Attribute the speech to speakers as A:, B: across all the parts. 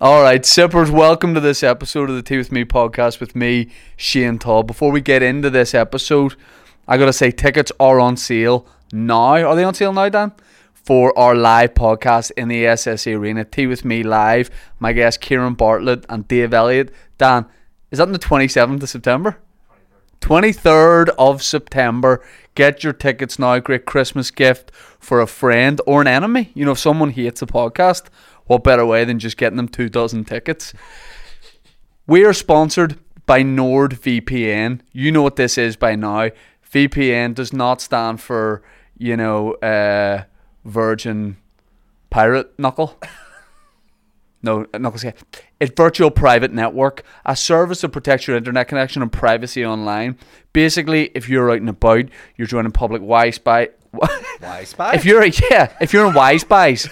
A: All right, Sippers, welcome to this episode of the Tea With Me podcast with me, Shane Todd. Before we get into this episode, I got to say tickets are on sale now. Are they on sale now, Dan? For our live podcast in the SSE Arena, Tea With Me Live. My guests, Kieran Bartlett and Dave Elliott. Dan, is that on the 27th of September? 23rd of September. Get your tickets now. Great Christmas gift for a friend or an enemy. You know, if someone hates the podcast, what better way than just getting them two dozen tickets? We are sponsored by NordVPN. You know what this is by now. VPN does not stand for, you know, uh, Virgin Pirate Knuckle. No, not gonna say it. It's virtual private network, a service that protects your internet connection and privacy online. Basically, if you're out and about, you're joining public Wi-Fi.
B: Why spy?
A: If you're yeah, if you're in Wi-Fi's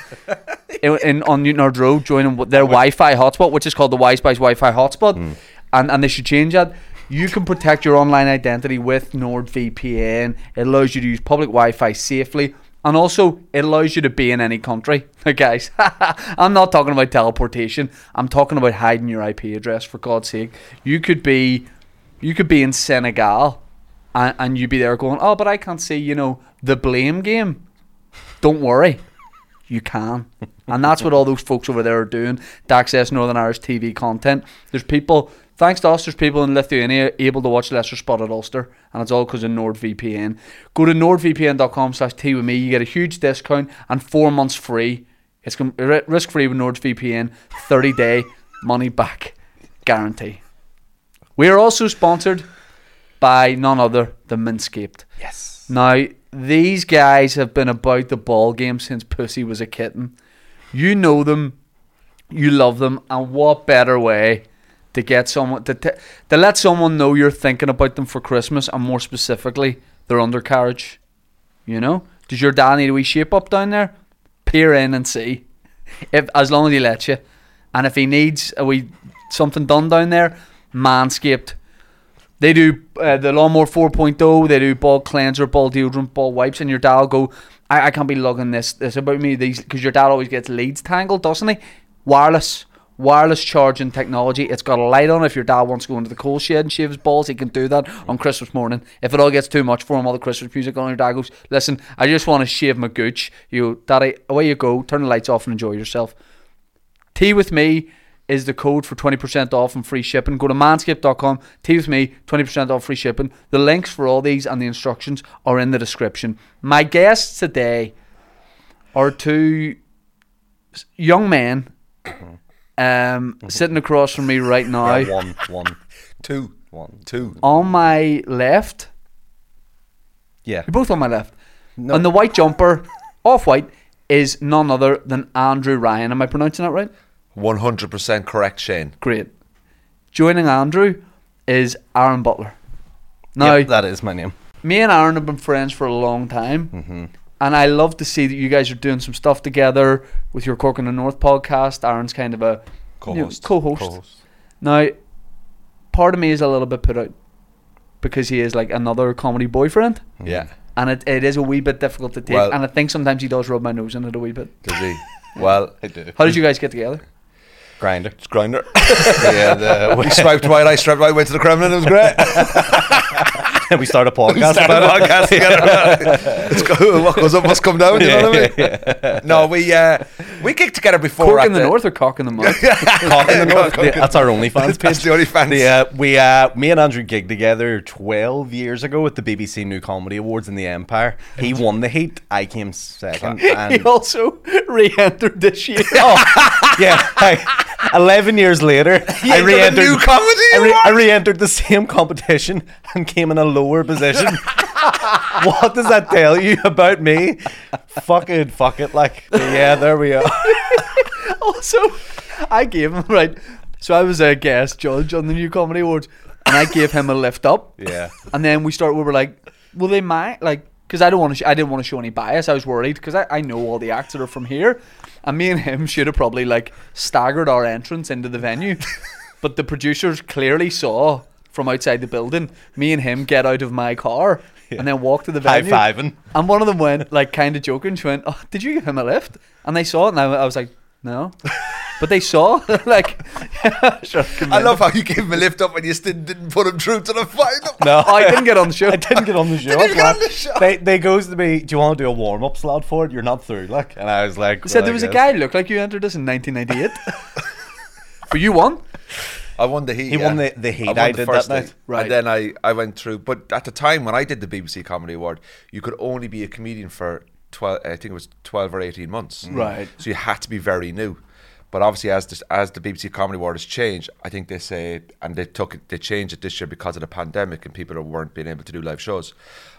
A: in, in on Newton Hard Road, joining w- their Wi-Fi hotspot, which is called the Wi-Fi's Wi-Fi hotspot, and and they should change that. You can protect your online identity with NordVPN. It allows you to use public Wi-Fi safely. And also, it allows you to be in any country. Guys, I'm not talking about teleportation. I'm talking about hiding your IP address, for God's sake. You could be you could be in Senegal and, and you'd be there going, oh, but I can't see, you know, the blame game. Don't worry, you can. And that's what all those folks over there are doing to access Northern Irish TV content. There's people, thanks to us, there's people in Lithuania able to watch Leicester Spotted Ulster, and it's all because of NordVPN. Go to nordvpn.com slash tea with me, you get a huge discount and four months free. It's com- ri- risk-free with NordVPN, 30-day money-back guarantee. We are also sponsored by none other than Minscaped.
B: yes.
A: Now, these guys have been about the ball game since Pussy was a kitten. You know them, you love them, and what better way to get someone to t- to let someone know you're thinking about them for Christmas, and more specifically, their undercarriage. You know, does your dad need a wee shape up down there? Peer in and see, if as long as he lets you, and if he needs a wee something done down there, manscaped. They do uh, the lawnmower 4.0. They do ball cleanser, ball deodorant, ball wipes, and your dad will go. I, I can't be lugging this this about me these because your dad always gets leads tangled, doesn't he? Wireless, wireless charging technology. It's got a light on. it. If your dad wants to go into the coal shed and shave his balls, he can do that on Christmas morning. If it all gets too much for him, all the Christmas music on, your dad goes, "Listen, I just want to shave my gooch." You, go, daddy, away you go. Turn the lights off and enjoy yourself. Tea with me is the code for 20% off and free shipping. Go to manscaped.com, tea with me, 20% off free shipping. The links for all these and the instructions are in the description. My guests today are two s- young men um, sitting across from me right now.
B: Mm-hmm. Yeah, one, one, two, one, two.
A: On my left,
B: Yeah.
A: you're both on my left.
B: No.
A: On the white jumper, off white, is none other than Andrew Ryan. Am I pronouncing that right?
B: One hundred percent correct, Shane.
A: Great. Joining Andrew is Aaron Butler. Now,
C: Yep, that is my name.
A: me and Aaron have been friends for a long time, and I love to see that you guys are doing some stuff together with your Cork and the North podcast. Aaron's kind of a you know,
B: Co-host.
A: co-host. Now, part of me is a little bit put out because he is like another comedy boyfriend,
B: Mm-hmm. Yeah.
A: and it, it is a wee bit difficult to take.
B: Well-
A: and I think sometimes he does rub my nose in it a wee bit.
B: Does he? Well, I do.
A: How did you guys get together?
C: Grinder.
B: It's grinder. yeah, the, we swiped right, I swiped right, went to the Kremlin. It was great.
C: we start a podcast
B: Started
C: about
B: a podcast together. It's go- what goes up must come down. You know what I mean? No, we uh, we kicked together before.
A: Cork
B: at
A: in the, north or cock in the mouth?
C: it. Cock in the North.
B: Cock in the-
C: That's our OnlyFans
B: That's
C: page.
B: the only fans.
C: The, uh, we, uh, me and Andrew gigged together 12 years ago at the BBC New Comedy Awards in the Empire. He won the heat. I came second.
A: he
C: And,
A: also re-entered this year.
C: oh, yeah. I- 11 years later, I
B: entered a
C: re-entered,
B: new comedy
C: I, re- I
B: award?
C: re-entered the same competition and came in a lower position. what does that tell you about me? Fucking fuck it, like yeah, there we are.
A: also, I gave him right. So I was a guest judge on the new comedy awards, and I gave him a lift up.
B: Yeah.
A: And then we start. We were like, "Well, they might like," because I don't want to. Sh- I didn't want to show any bias. I was worried because I, I know all the acts that are from here, and me and him should have probably like staggered our entrance into the venue, but the producers clearly saw from outside the building me and him get out of my car and then walk to the
C: High
A: venue.
C: fiving.
A: And one of them went, like, kind of joking. She went, Oh, did you give him a lift? And they saw it, and I, I was like, No. but they saw like
B: I love how you gave him a lift up and you still didn't put him through to the final.
C: No,
A: oh, I didn't get on the show.
C: I didn't get on the show.
B: Didn't even get
C: lad.
B: on the show.
C: They, they goes to me, do you want to do a warm up slot for it? You're not through, like. And I was like,
A: They said
C: "Well,
A: there
C: I
A: was a
C: guess."
A: guy who looked like you entered this in 1998. but you won.
B: I won the heat.
C: He
B: yeah.
C: won the- the heat,
B: won
C: I
B: the
C: did
B: first
C: that night.
B: heat.
A: Right.
B: And then I, I went through. But at the time when I did the BBC Comedy Award, you could only be a comedian for twelve. I think it was twelve or eighteen months.
A: Right.
B: So you had to be very new. But obviously, as this, as the BBC Comedy Award has changed, I think they say and they took it, they changed it this year because of the pandemic and people weren't being able to do live shows.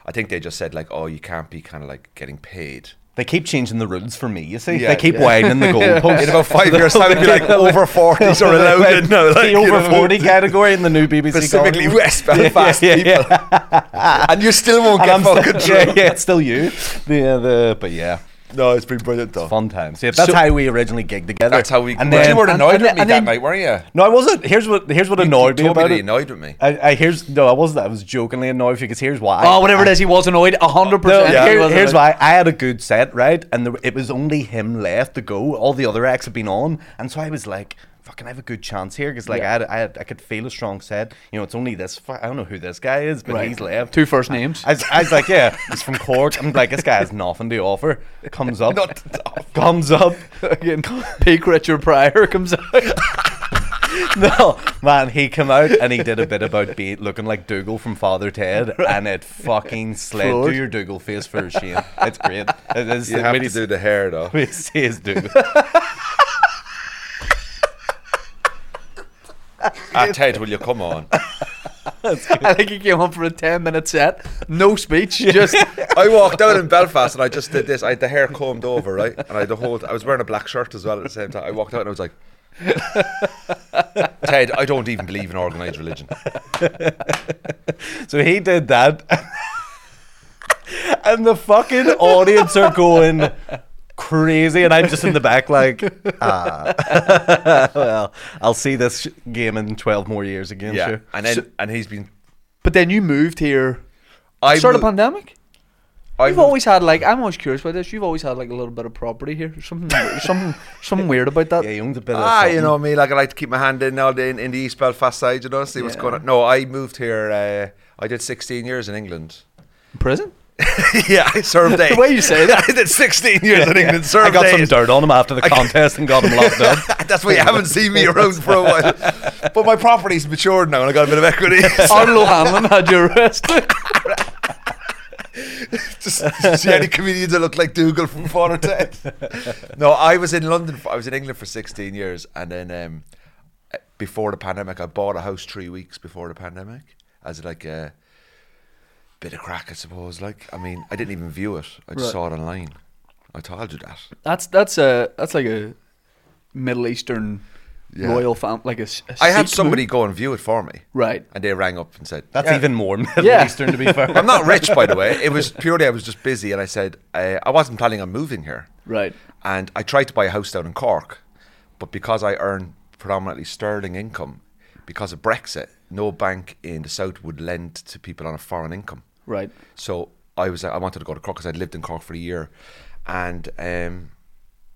B: I think they just said like, oh, you can't be kind of like getting paid.
C: They keep changing the rules for me, you see.
B: Yeah,
C: they keep
B: yeah.
C: widening the goalposts.
B: In about five years, time, it'd be like "Oh, over forties or
C: Like,
B: allowed. No, like,
C: the
B: you
C: over
B: know,
C: 40 category in the new BBC
B: specifically
C: Comedy.
B: West Belfast
C: yeah,
B: people. and you still won't
C: And
B: get
C: I'm
B: fucking
C: still,
B: through.
C: yeah, yeah, it's still you. The, uh, the, but yeah,
B: No, it's been brilliant though.
C: fun times. Yeah, that's
A: So-
C: how we originally gigged together.
B: That's how we.
C: And
B: but
C: then,
B: you were
A: and-
B: annoyed
A: and
B: with
A: then-
B: me
A: and
B: that
A: then-
B: night, weren't you?
C: no, I wasn't. Here's what here's what
B: You
C: annoyed me
B: told me
C: about
B: that you
C: it.
B: annoyed with me.
C: I, I here's no, I wasn't. I was jokingly annoyed because here's why.
A: Oh, whatever it is, he was annoyed. 100%.
C: No,
A: he
C: here-
A: was
C: here's
A: annoyed.
C: why. I had a good set, right? And there, it was only him left to go. All the other acts had been on, and so I was like, "Fucking, I have a good chance here," because like
A: Yeah.
C: I, had, I, had, I could feel a strong set. You know, it's only this. fu- I don't know who this guy is, but he's left.
A: Two first names.
C: I was, I was like, yeah, he's from Cork. I'm like, this guy has nothing to offer. Comes up,
B: Nothing to offer.
C: comes up.
A: Again, peak Richard Pryor comes out.
C: No, man, he came out and he did a bit about be looking like Dougal from Father Ted, and it fucking slid.
A: Floored.
C: Do your Dougal face for a shame. It's great. It is.
B: You
C: when
B: have
C: he
B: to do the hair though.
C: He says Dougal.
B: Ah, Ted, will you come on?
A: I think he came on for a 10 minute set. No speech. Just
B: I walked out in Belfast and I just did this. I had the hair combed over, right? And I had the whole. I was wearing a black shirt as well at the same time. I walked out and I was like, Ted, I don't even believe in organized religion.
C: So he did that. and the fucking audience are going crazy. And I'm just in the back, like, ah. well, I'll see this sh- game in 12 more years again.
B: yeah,
C: Sure.
B: and then and he's been.
A: But then you moved here.
B: I
A: Start of
B: mo-
A: pandemic?
B: I
A: You've
B: moved-
A: always had like I'm always curious about this. You've always had like a little bit of property here. Something, something, something weird about that.
C: Yeah, he owned a bit of
B: Ah, you
C: something.
B: know me, like I like to keep my hand in all day in, in the East Belfast side, you know, see what's
A: Yeah.
B: going on. No, I moved here. Uh, I did 16 years in England.
A: Prison?
B: yeah, I served eight.
A: The way you say that.
B: I did 16 years in England. Served
C: I got some
B: eight.
C: dirt on him after the
B: I got-
C: contest and got him locked up.
B: That's why you haven't seen me around for a while. But my property's matured now, and I got a bit of equity.
A: Arlo Hanlon had your arrest.
B: Just see any comedians that look like Dougal from Father Ted. No, I was in London. For, I was in England for 16 years, and then um, before the pandemic, I bought a house three weeks before the pandemic as like a bit of crack, I suppose. Like, I mean, I didn't even view it. I just
A: Right.
B: saw it online. I told you that.
A: That's that's a that's like a Middle Eastern
B: Yeah.
A: royal fam like a. s- a
B: I had
A: Sikh
B: somebody
A: movie.
B: go and view it for me,
A: Right.
B: and they rang up and said,
C: That's
B: "Yeah."
C: even more Middle
A: Yeah.
C: Eastern, to be fair.
B: I'm not rich, by the way. It was purely I was just busy, and I said uh, I wasn't planning on moving here.
A: Right.
B: And I tried to buy a house down in Cork, but because I earn predominantly sterling income, because of Brexit, no bank in the south would lend to people on a foreign income.
A: Right.
B: So I was I wanted to go to Cork because I'd lived in Cork for a year, and um,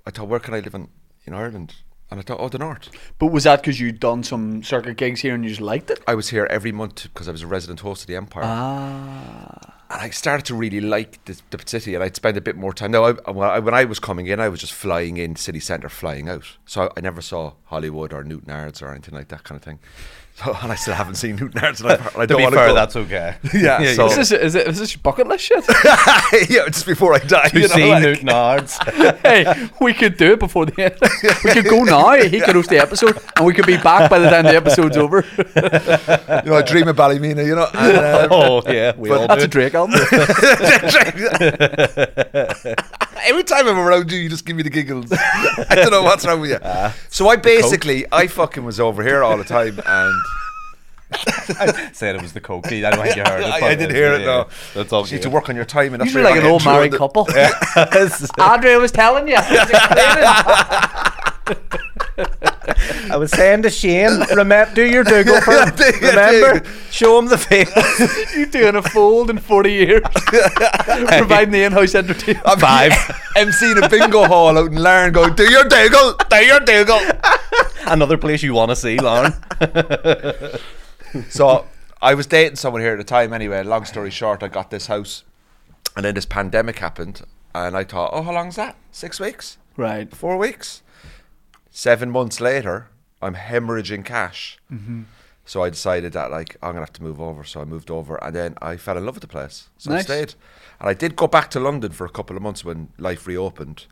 B: I thought, where can I live in in Ireland? And I thought, oh, the north.
A: But was that because you'd done some circuit gigs here and you just liked it?
B: I was here every month because I was a resident host of the Empire.
A: Ah.
B: and I started to really like the, the city, and I'd spend a bit more time. Now, I, when I- when I was coming in, I was just flying in city centre, flying out. So I never saw Hollywood or Newton Ards or anything like that kind of thing. So, and I still haven't seen Newton Ards, and I, and I
C: to
B: don't
C: be
B: want
C: fair,
B: go.
C: that's okay.
B: Yeah, so-
A: Is this is, it, is this bucket list shit?
B: yeah, just before I die.
C: you
B: you know,
C: see
B: like-
C: Newton Ards.
A: hey, we could do it before the end. We could go now. He could host the episode, and we could be back by the time the episode's over.
C: uh,
B: you know, I dream of Ballymena, you know. And, um,
C: Oh, yeah, we all
A: That's
C: do.
A: a Drake album.
B: Every time I'm around you, you just give me the giggles. I don't know what's wrong with you.
C: Ah.
B: so I basically, I fucking was over here all the time, and
C: I said it was the coke. I don't think you heard it.
B: I- I
C: but
B: did
C: it's-
B: hear it,
C: yeah,
B: though.
C: That's all.
B: you need
C: good.
B: to work on your timing. That's
A: Usually
B: why
A: like an
B: you're
A: old
B: not
A: married
B: intro-
A: couple.
C: I
A: Andre was telling you. I was explaining.
C: was saying to Shane, remember, do your Dougal for him.
B: Do your
C: Remember, show him the face.
A: you doing a fold in 40 years. Providing the in-house entertainment.
B: I'm
C: Five.
B: emceeing a bingo hall out in Larne going, do your Dougal, do your Dougal.
C: Another place you want to see, Lauren.
B: So I was dating someone here at the time anyway. Long story short, I got this house and then this pandemic happened and I thought, oh, how long's that? Six weeks?
A: Right.
B: Four weeks? Seven months later, I'm hemorrhaging cash.
A: Mm-hmm.
B: So I decided that like I'm gonna have to move over. So I moved over and then I fell in love with the place. So I
A: Nice.
B: stayed. And I did go back to London for a couple of months when life reopened.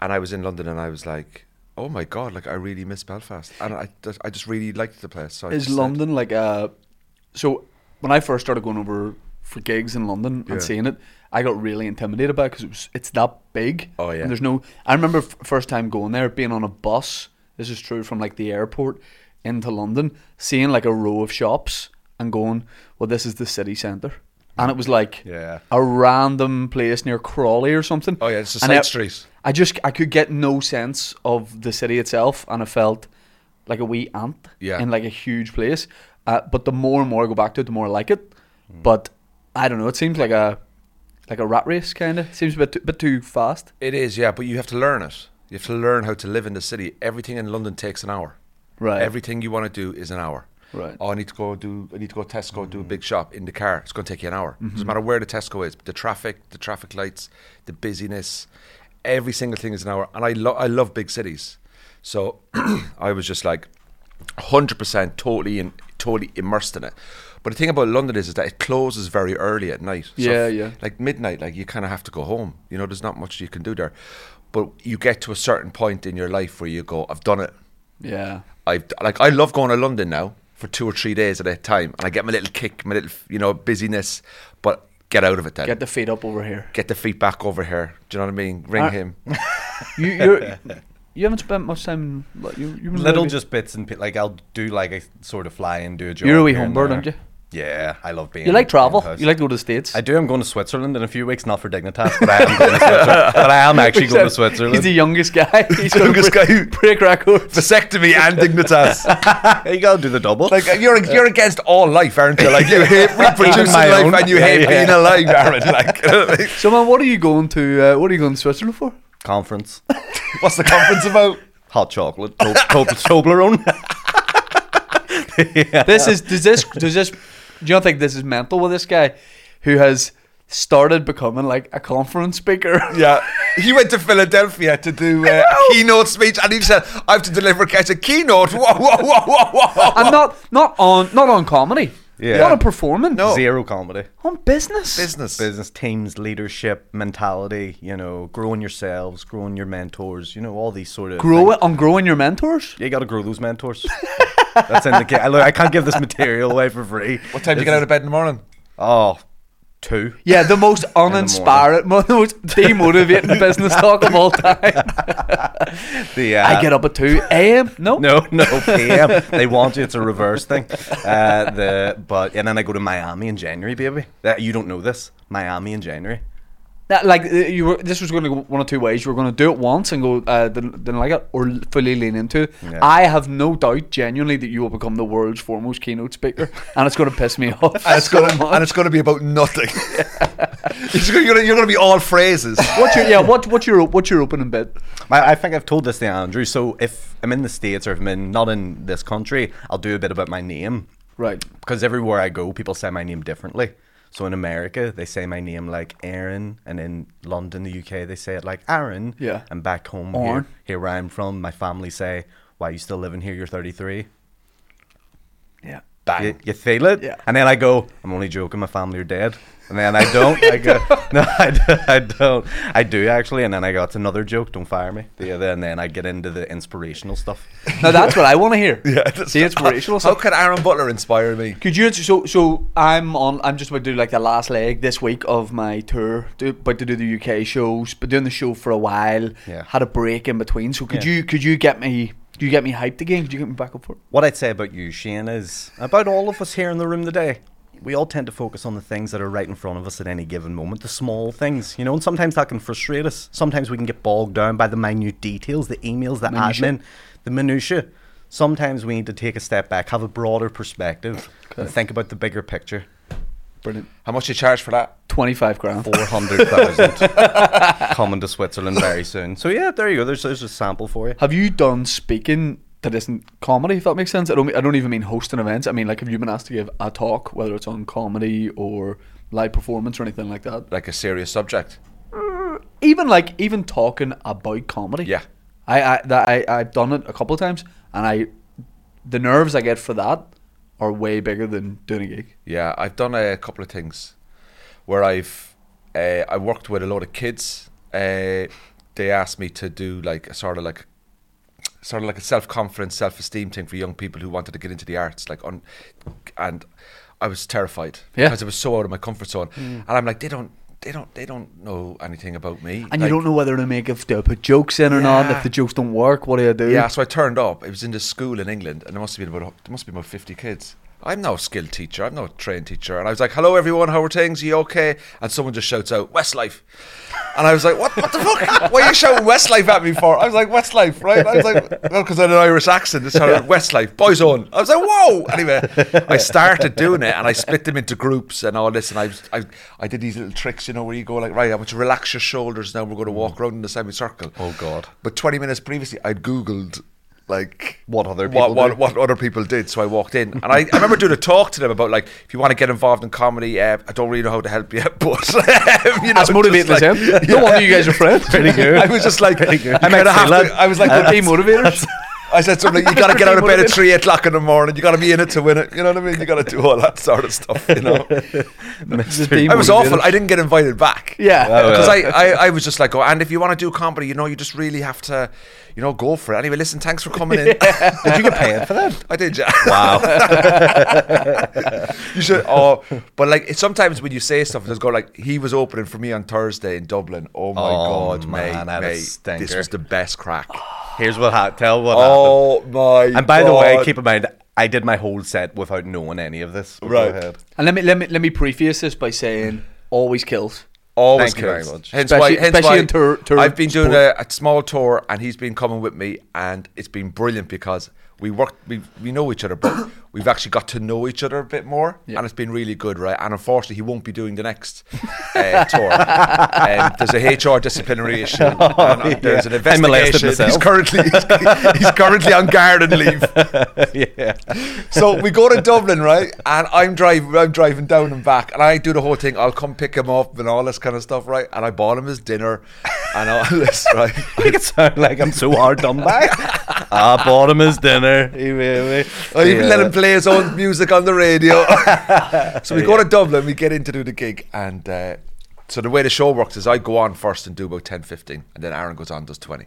B: And I was in London and I was like, oh my God, like I really miss Belfast. And I, just- I just really liked the place. So I
A: Is
B: just stayed.
A: London like a? So when I first started going over for gigs in London
B: Yeah.
A: and seeing it, I got really intimidated by because it was it's that big.
B: Oh, yeah.
A: And there's no. I remember f- first time going there, being on a bus. This is true from like the airport into London, seeing like a row of shops and going, well, this is the city centre. And it was like
C: Yeah.
A: a random place near Crawley or something.
B: Oh, yeah, it's a
A: And
B: side
A: I-
B: street.
A: I just I could get no sense of the city itself, and I felt like a wee ant
B: Yeah.
A: in like a huge place. Uh, but the more and more I go back to it, the more I like it.
C: Hmm.
A: But I don't know. It seems like a like a rat race kind of. Seems a bit too, bit too fast.
B: It is, yeah, but you have to learn it. You have to learn how to live in the city. Everything in London takes an hour.
A: Right.
B: Everything you want to do is an hour.
A: Right. Mm-hmm.
B: Oh, I need to go do. I need to go to Tesco do a big shop in the car. It's going to take you an hour. Doesn't matter where the Tesco is. But the traffic, the traffic lights, the busyness, every single thing is an hour. And I love, I love big cities. So I was just like, hundred percent, totally in, totally immersed in it. But the thing about London is, is that it closes very early at night. So
A: Yeah,
B: f-
A: yeah.
B: like midnight, like you kind of have to go home. You know, there's not much you can do there. But you get to a certain point in your life where you go, I've done it.
A: Yeah.
B: I've like I love going to London now for two or three days at a time, and I get my little kick, my little you know busyness. But get out of it then.
A: Get
B: Get,
A: the feet up over here.
B: the feet back over here. Do you know what I mean? Ring
A: Uh,
B: him.
A: You you're, you haven't spent much time. in Lo- You you
C: Little just bits and bit. Like I'll do like a sort of fly and do a job.
A: You're a wee
C: here and
A: homebird,
C: there.
A: aren't you?
C: Yeah, I love being.
A: You like
C: being
A: travel.
C: house.
A: You like to go to the states.
C: I do. I'm going to Switzerland in a few weeks, not for Dignitas, but I am going to Switzerland. But I am actually going to
A: He's
C: Switzerland.
A: the youngest guy. He's the
B: youngest guy who-
A: break records.
B: Vasectomy and dignitas.
C: you gotta do the double.
B: like you're you're against all life, aren't you? Like you hate reproducing
C: my
B: life
C: own.
B: and you
C: Yeah,
B: hate
C: yeah.
B: being alive, Aaron. Like you know what I mean?
A: So man, what are you going to? Uh, what are you going to Switzerland for?
C: Conference,
B: what's the conference about?
C: hot chocolate, to- to- Toblerone.
A: this is does this does this do you not think this is mental with this guy who has started becoming like a conference speaker
B: Yeah. He went to Philadelphia to do uh, keynote speech, and he said, "I have to deliver catch a keynote." Whoa, whoa, whoa, whoa, whoa!
A: and not not on not on comedy
C: Yeah.
A: not on performing
B: Oh.
C: Zero comedy.
A: on business
B: Business.
C: Business teams, leadership, mentality, you know, growing yourselves, growing your mentors, you know, all these sort of
A: grow
C: things.
A: it on growing your mentors
C: You gotta grow those mentors. That's in the game. Look, I can't give this material away for free.
B: What time do you get out of bed in the morning?
C: Oh, two.
A: yeah the most uninspiring mo- the most demotivating business talk of all time
C: The, uh,
A: I get up at 2 a.m no
C: No, no, PM. they want you. It's a reverse thing. Uh, the but and then I go to Miami in January, baby. That you don't know this. Miami in January.
A: That, like uh, you were, this was going to go one of two ways. You were going to do it once and go, uh, didn't, didn't like it, or l- fully lean into it.
C: Yeah.
A: I have no doubt, genuinely, that you will become the world's foremost keynote speaker, and it's going to piss me off.
B: and it's
A: so
B: gonna
A: much.
B: and it's gonna be about nothing. It's gonna- you're, gonna, you're gonna be all phrases.
A: what's your yeah? What what's your what's your opening bit?
C: My, I think I've told this to Andrew. So if I'm in the states or if I'm in, not in this country, I'll do a bit about my name
A: Right.
C: because everywhere I go, people say my name differently. So in America, they say my name like Aaron, and in London, the UK, they say it like Aaron.
A: Yeah.
C: And back home
A: Arn.
C: here, here where I'm from, my family say, "Why you still living here? You're 33."
A: Yeah.
B: Bang.
C: You, you feel it?
A: Yeah.
C: And then I go, I'm only joking, my family are dead. And then I don't. I go, no, I, d- I don't. I do actually. And then I go, it's another joke, don't fire me. The other, and then I get into the inspirational stuff.
A: Now that's what I want to hear.
B: Yeah, that's-
A: The inspirational
B: How
A: stuff.
B: could Aaron Butler inspire me?
A: Could you so so I'm on I'm just about to do like the last leg this week of my tour do, about to do the UK shows but doing the show for a while
C: Yeah.
A: had a break in between so could
C: Yeah.
A: you could you get me could you get me hyped again could you get me back up for it
C: What I'd say about you, Shane, is about all of us here in the room today. We all tend to focus on the things that are right in front of us at any given moment, the small things, you know, and sometimes that can frustrate us. Sometimes we can get bogged down by the minute details, the emails, the
A: Minutiae.
C: admin, the minutiae. Sometimes we need to take a step back, have a broader perspective, and think about the bigger picture.
A: brilliant
B: How much do you charge for that?
A: 25 grand
C: 400,000 coming to Switzerland very soon. So, yeah, there you go. There's, there's a sample for you.
A: Have you done speaking that isn't comedy, if that makes sense. I don't, I don't even mean hosting events. I mean, like, if you've been asked to give a talk, whether it's on comedy or live performance or anything like that,
B: Like a serious subject.
A: even like even talking about comedy.
B: Yeah.
A: I I that I I've done it a couple of times, and I the nerves I get for that are way bigger than doing a gig.
B: Yeah, I've done a couple of things where I've uh, I worked with a lot of kids. Uh, they asked me to do like a sort of like sort of like a self confidence, self esteem thing for young people who wanted to get into the arts. Like on, and I was terrified
A: Yeah. Mm.
B: because it was so out of my comfort zone. And I'm like, they don't, they don't, they don't know anything about me.
A: And
B: Like,
A: you don't know whether to make if they put jokes in or not.
B: Yeah.
A: If the jokes don't work, what do you do?
B: Yeah, so I turned up. It was in this school in England, and there must have been about there must have been about fifty kids. I'm no skilled teacher. I'm no trained teacher. And I was like, "Hello, everyone. How are things? You okay?" And someone just shouts out, "Westlife," and I was like, "What? What the fuck? Why are you shouting Westlife at me for?" I was like, "Westlife, right?" I was like, "Well, because I had an Irish accent." It sounded like Westlife, boys on. I was like, "Whoa!" Anyway, I started doing it, and I split them into groups and all this, and I was, I I did these little tricks, you know, where you go like, "Right, I want you to relax your shoulders now. We're going to walk around in a semicircle."
C: Mm. Oh, God.
B: But 20 minutes previously, I'd Googled like
C: What other
B: what,
C: people
B: what,
C: do.
B: what other people did. So I walked in and I, I remember doing a talk to them about like, if you want to get involved in comedy, uh, I don't really know how to help you, but um, you know,
A: That's motivating
B: just
A: as
B: like-
A: hell. No wonder you guys are friends.
C: Pretty good.
B: I was just like, you
C: I
B: I,
C: might
B: have
C: say
B: to,
C: that.
B: I was like,
A: They're
B: the-
A: demotivators.
B: I said something like, you got to get out of bed at three o'clock in the morning. You got to be in it to win it. You know what I mean? You got to do all that sort of stuff. You know,
A: Demotivators.
B: I was awful. I didn't get invited back.
A: Yeah. Oh,
B: because I, I, I was just like, oh, and if you want to do comedy, you know, you just really have to, you know, go for it. Anyway, listen, thanks for coming in. did you get paid for that? I did. Yeah.
C: Wow.
B: you should. Oh, but like it's sometimes when you say stuff, just go like, he was opening for me on Thursday in Dublin. Oh my
C: Oh,
B: god, mate,
C: man, that
B: mate,
C: is stinker.
B: this was the best crack.
C: Here's what happened. Tell what happened.
B: oh my.
C: And by the way,
B: God.
C: keep in mind, I did my whole set without knowing any of this. But go
B: Right.
C: ahead.
A: And let me let me let me preface this by saying always kills.
B: Always
C: Thank you
B: kills.
C: very much.
B: Hence
A: Especially-
B: why, hence
A: especially
B: why
A: in tour- tour
B: I've been doing a,
A: sport.
B: a small tour, and he's been coming with me, and it's been brilliant because we work, we we know each other, but we've actually got to know each other a bit more,
A: Yeah.
B: and it's been really good, right? And unfortunately, he won't be doing the next uh, tour. um, there's a HR disciplinary issue. and, uh, there's an
C: yeah. I molested
B: investigation. He's
C: myself.
B: currently he's, he's currently on garden leave.
C: yeah.
B: So we go to Dublin, right? And I'm driving, I'm driving down and back, and I do the whole thing. I'll come pick him up and all this kind of stuff, right? And I bought him his dinner and all this, right?
C: Make it sound like I'm so hard done by. I bought him his dinner. He really- Oh,
B: I even Oh, let
C: Yeah.
B: him play his own music on the radio. so we go to Dublin, we get in to do the gig, and uh, so the way the show works is I go on first and do about 10, 15, and then Aaron goes on and does 20.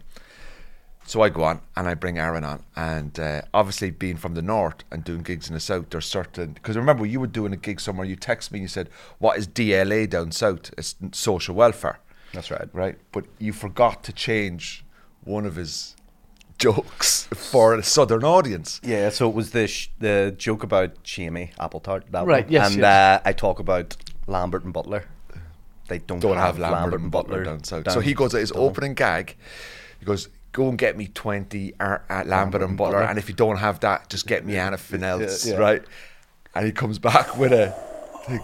B: So I go on and I bring Aaron on, and uh, obviously being from the north and doing gigs in the south, there's certain because remember you were doing a gig somewhere. You text me and you said, "What is DLA down south? It's n- social welfare."
C: That's right.
B: right? But you forgot to change one of his jokes for a southern audience.
C: Yeah, so it was the sh- the joke about Jamie Apple Tart, that
A: Right,
C: one.
A: yes,
C: and Uh, I talk about Lambert and Butler. They don't,
B: don't have Lambert, and Butler, down south. so he goes at his opening gag. He goes, "Go and get me twenty Ar- uh, Lambert, and Butler, and if you don't have that, just get me anything else,
C: yeah.
B: right?" And he comes back with a thing.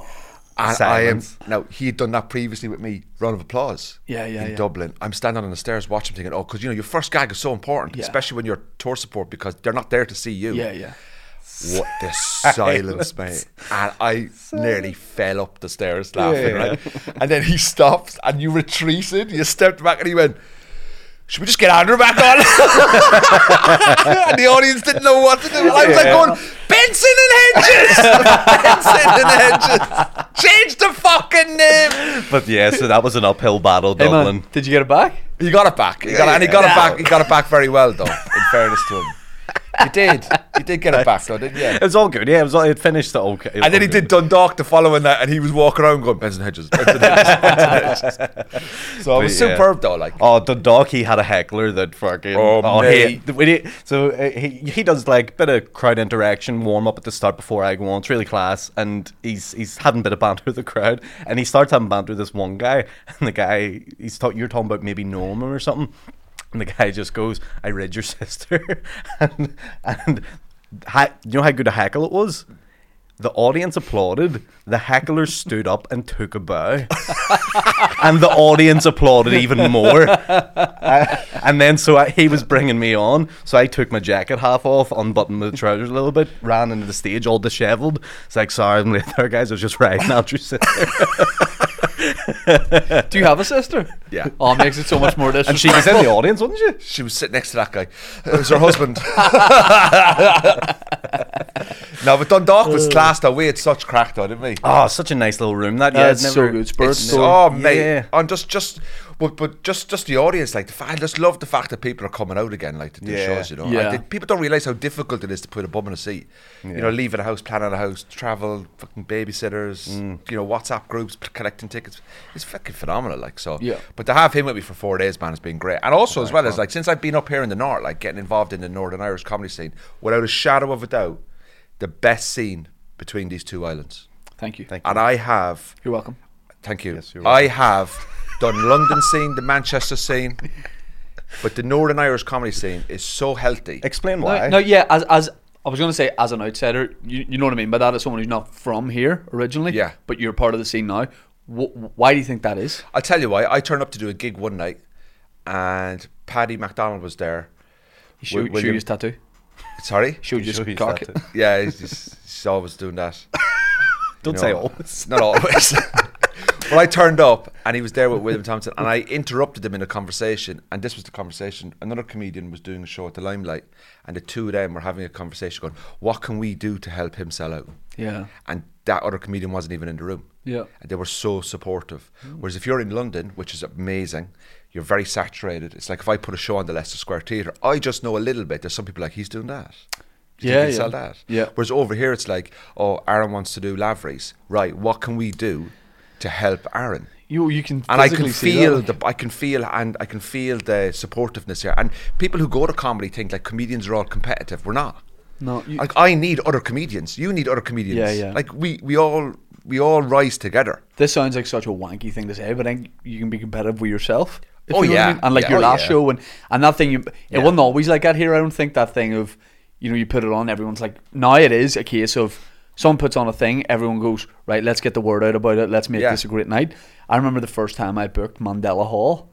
B: And I am
C: Silence.
B: now he had done that previously with me. Round of applause.
A: Yeah, yeah,
B: In
A: yeah.
B: Dublin, I'm standing on the stairs watching, thinking, "Oh, because you know your first gag is so important,
A: Yeah.
B: especially when you're tour support because they're not there to see you."
A: Yeah, yeah.
B: What the silence, mate. And I nearly fell up the stairs laughing,
C: Yeah.
B: right? And then he stopped and you retreated, you stepped back and he went, Should we just get Andrew back on? and the audience didn't know what to do. And I was like
C: Yeah.
B: going, Benson and Hedges! Benson and Hedges! Change the fucking name!
C: But yeah, so that was an uphill battle,
A: Hey
C: Dublin.
A: man, did you get it back?
B: He got it back. He got it, and he got it
C: Yeah.
B: back. He got it back very well, though, in fairness to him. You did. You did get it back, though, didn't you?
C: It was all good. Yeah, it was. All, it finished it okay.
B: And then he did Dundalk the following night, and he was walking around going Benson Hedges, Benson Hedges, Benson Hedges. So it was
C: But, yeah.
B: superb though, like
C: Oh, Dundalk, he had a heckler that fucking.
B: Oh,
C: he,
B: mate.
C: when he- so uh, he he does like bit of crowd interaction, warm up at the start before I go on. It's really class, and he's he's having a bit of banter with the crowd, and he starts having banter with this one guy, and the guy he's talk, you're talking about maybe knowing him or something, and the guy just goes, "I read your sister," and and ha- you know how good a heckle it was. The audience applauded. The hecklers stood up and took a bow, and the audience applauded even more. Uh, and then so I, he was bringing me on, so I took my jacket half off, unbuttoned my trousers a little bit, ran into the stage all dishevelled. It's like sorry, I'm late there, guys. I was just riding Andrew's sister,
A: Do you have a sister?
B: Yeah.
A: Oh, it makes it so much more disrespectful.
C: and she was in the audience, wasn't she?
B: She was sitting next to that guy. It was her husband. no, but Dundalk was classed away. We had such crack, though, didn't we?
C: Oh, such a nice little room. That yeah,
A: That's
C: I'd
A: so
C: never-
A: good. Spurs.
B: It's-
A: so-
B: oh mate,
C: Yeah.
B: and just just but but just just the audience, like the fa- I just love the fact that people are coming out again, like to do
C: Yeah.
B: shows. You know,
A: Yeah.
B: I think people don't realize how difficult it is to put a bum in a seat. You know, leaving a house, planning a house, travel, fucking babysitters, you know, WhatsApp groups, p- collecting tickets. It's fucking phenomenal. Like so,
A: Yeah.
B: But to have him with me for four days, man, has been great. And also as well as like since I've been up here in the north, like getting involved in the Northern Irish comedy scene, without a shadow of a doubt, the best scene between these two islands.
A: Thank you.
C: Thank
B: And I have
A: You're welcome.
B: Thank you.
C: Yes, you're
B: I have done London scene, the Manchester scene, but the Northern Irish comedy scene is so healthy.
C: Explain
A: No,
C: why.
A: no, yeah, as as I was gonna say, as an outsider, you, you know what I mean by that. As someone who's not from here originally,
B: Yeah.
A: but you're part of the scene now. Wh- why do you think that is?
B: I'll tell you why. I turned up to do a gig one night, and Paddy MacDonald was there.
A: He show, show
B: Wi-
A: you
B: William-
A: his tattoo.
B: Sorry.
A: Show you
C: Show
A: his
C: his
A: cock.
C: tattoo.
B: Yeah, he's, just, he's always doing that.
C: Don't
B: You
C: say
B: know,
C: always.
B: Not always. well, I turned up and he was there with William Thompson and I interrupted him in a conversation. And this was the conversation. Another comedian was doing a show at the Limelight and the two of them were having a conversation going, What can we do to help him sell out?
A: Yeah.
B: And that other comedian wasn't even in the room.
A: Yeah. Mm.
B: And they were so supportive. Whereas if you're in London, which is amazing, you're very saturated. It's like if I put a show on the Leicester Square Theatre, I just know a little bit. There's some people like, he's doing that. Do you
A: Yeah,
B: think he'd
A: yeah.
B: sell that?
A: Yeah.
B: Whereas over here, it's like, oh, Aaron wants to do Lavery's. Right, what can we do to help Aaron?
A: You you can
B: And I
A: physically
B: can
A: see
B: feel
A: that.
B: the I can feel and I can feel the supportiveness here. And people who go to comedy think like comedians are all competitive. We're not.
A: No, you-
B: like I need other comedians. You need other comedians.
A: Yeah, yeah.
B: Like we we all we all rise together.
A: This sounds like such a wanky thing to say, but I think you can be competitive with yourself. if
B: Oh,
A: you know what I
B: yeah.
A: mean. and like
B: Yeah.
A: your
B: Oh,
A: last
B: yeah.
A: show and and that thing you it
B: Yeah.
A: wasn't always like that here. I don't think that thing of you know you put it on, everyone's like now it is a case of someone puts on a thing, everyone goes right, let's get the word out about it, let's make
B: Yeah.
A: this a great night. I remember the first time I booked Mandela Hall,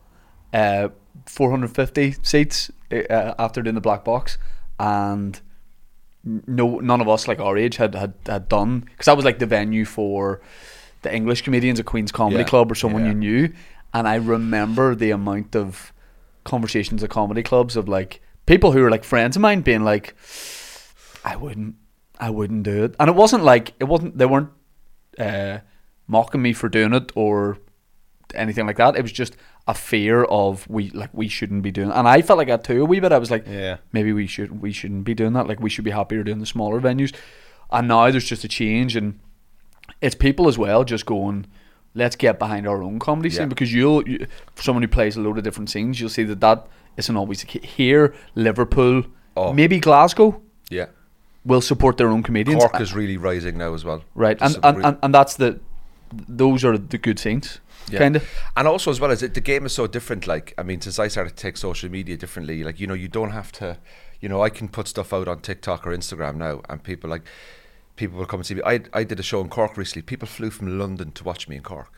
A: uh, 450 seats uh, uh, after doing the black box, and no, none of us like our age had had, had done because that was like the venue for the English comedians at Queen's Comedy
B: Yeah.
A: Club or someone
B: Yeah.
A: you knew, and I remember the amount of conversations at comedy clubs of like people who were like friends of mine being like, I wouldn't, I wouldn't do it, and it wasn't like it wasn't they weren't uh, mocking me for doing it or anything like that. It was just a fear of we like we shouldn't be doing, it. and I felt like that too a wee bit. I was like,
C: Yeah.
A: maybe we should we shouldn't be doing that. Like we should be happier doing the smaller venues. And now there's just a change, and it's people as well just going, let's get behind our own comedy
B: Yeah.
A: scene because you'll you, for someone who plays a load of different scenes, you'll see that that isn't always the case. here. Liverpool,
B: Oh.
A: maybe Glasgow
B: Yeah.
A: will support their own comedians, Uh,
B: Cork is really rising now as well.
A: right?
B: There's
A: And
B: some
A: and,
B: real-
A: and and that's the those are the good scenes,
B: Yeah.
A: kind of.
B: And also as well as it, the game is so different. Like I mean, since I started to take social media differently, like you know, you don't have to. You know, I can put stuff out on TikTok or Instagram now, and people like people will come and see me. I I did a show in Cork recently. People flew from London to watch me in Cork.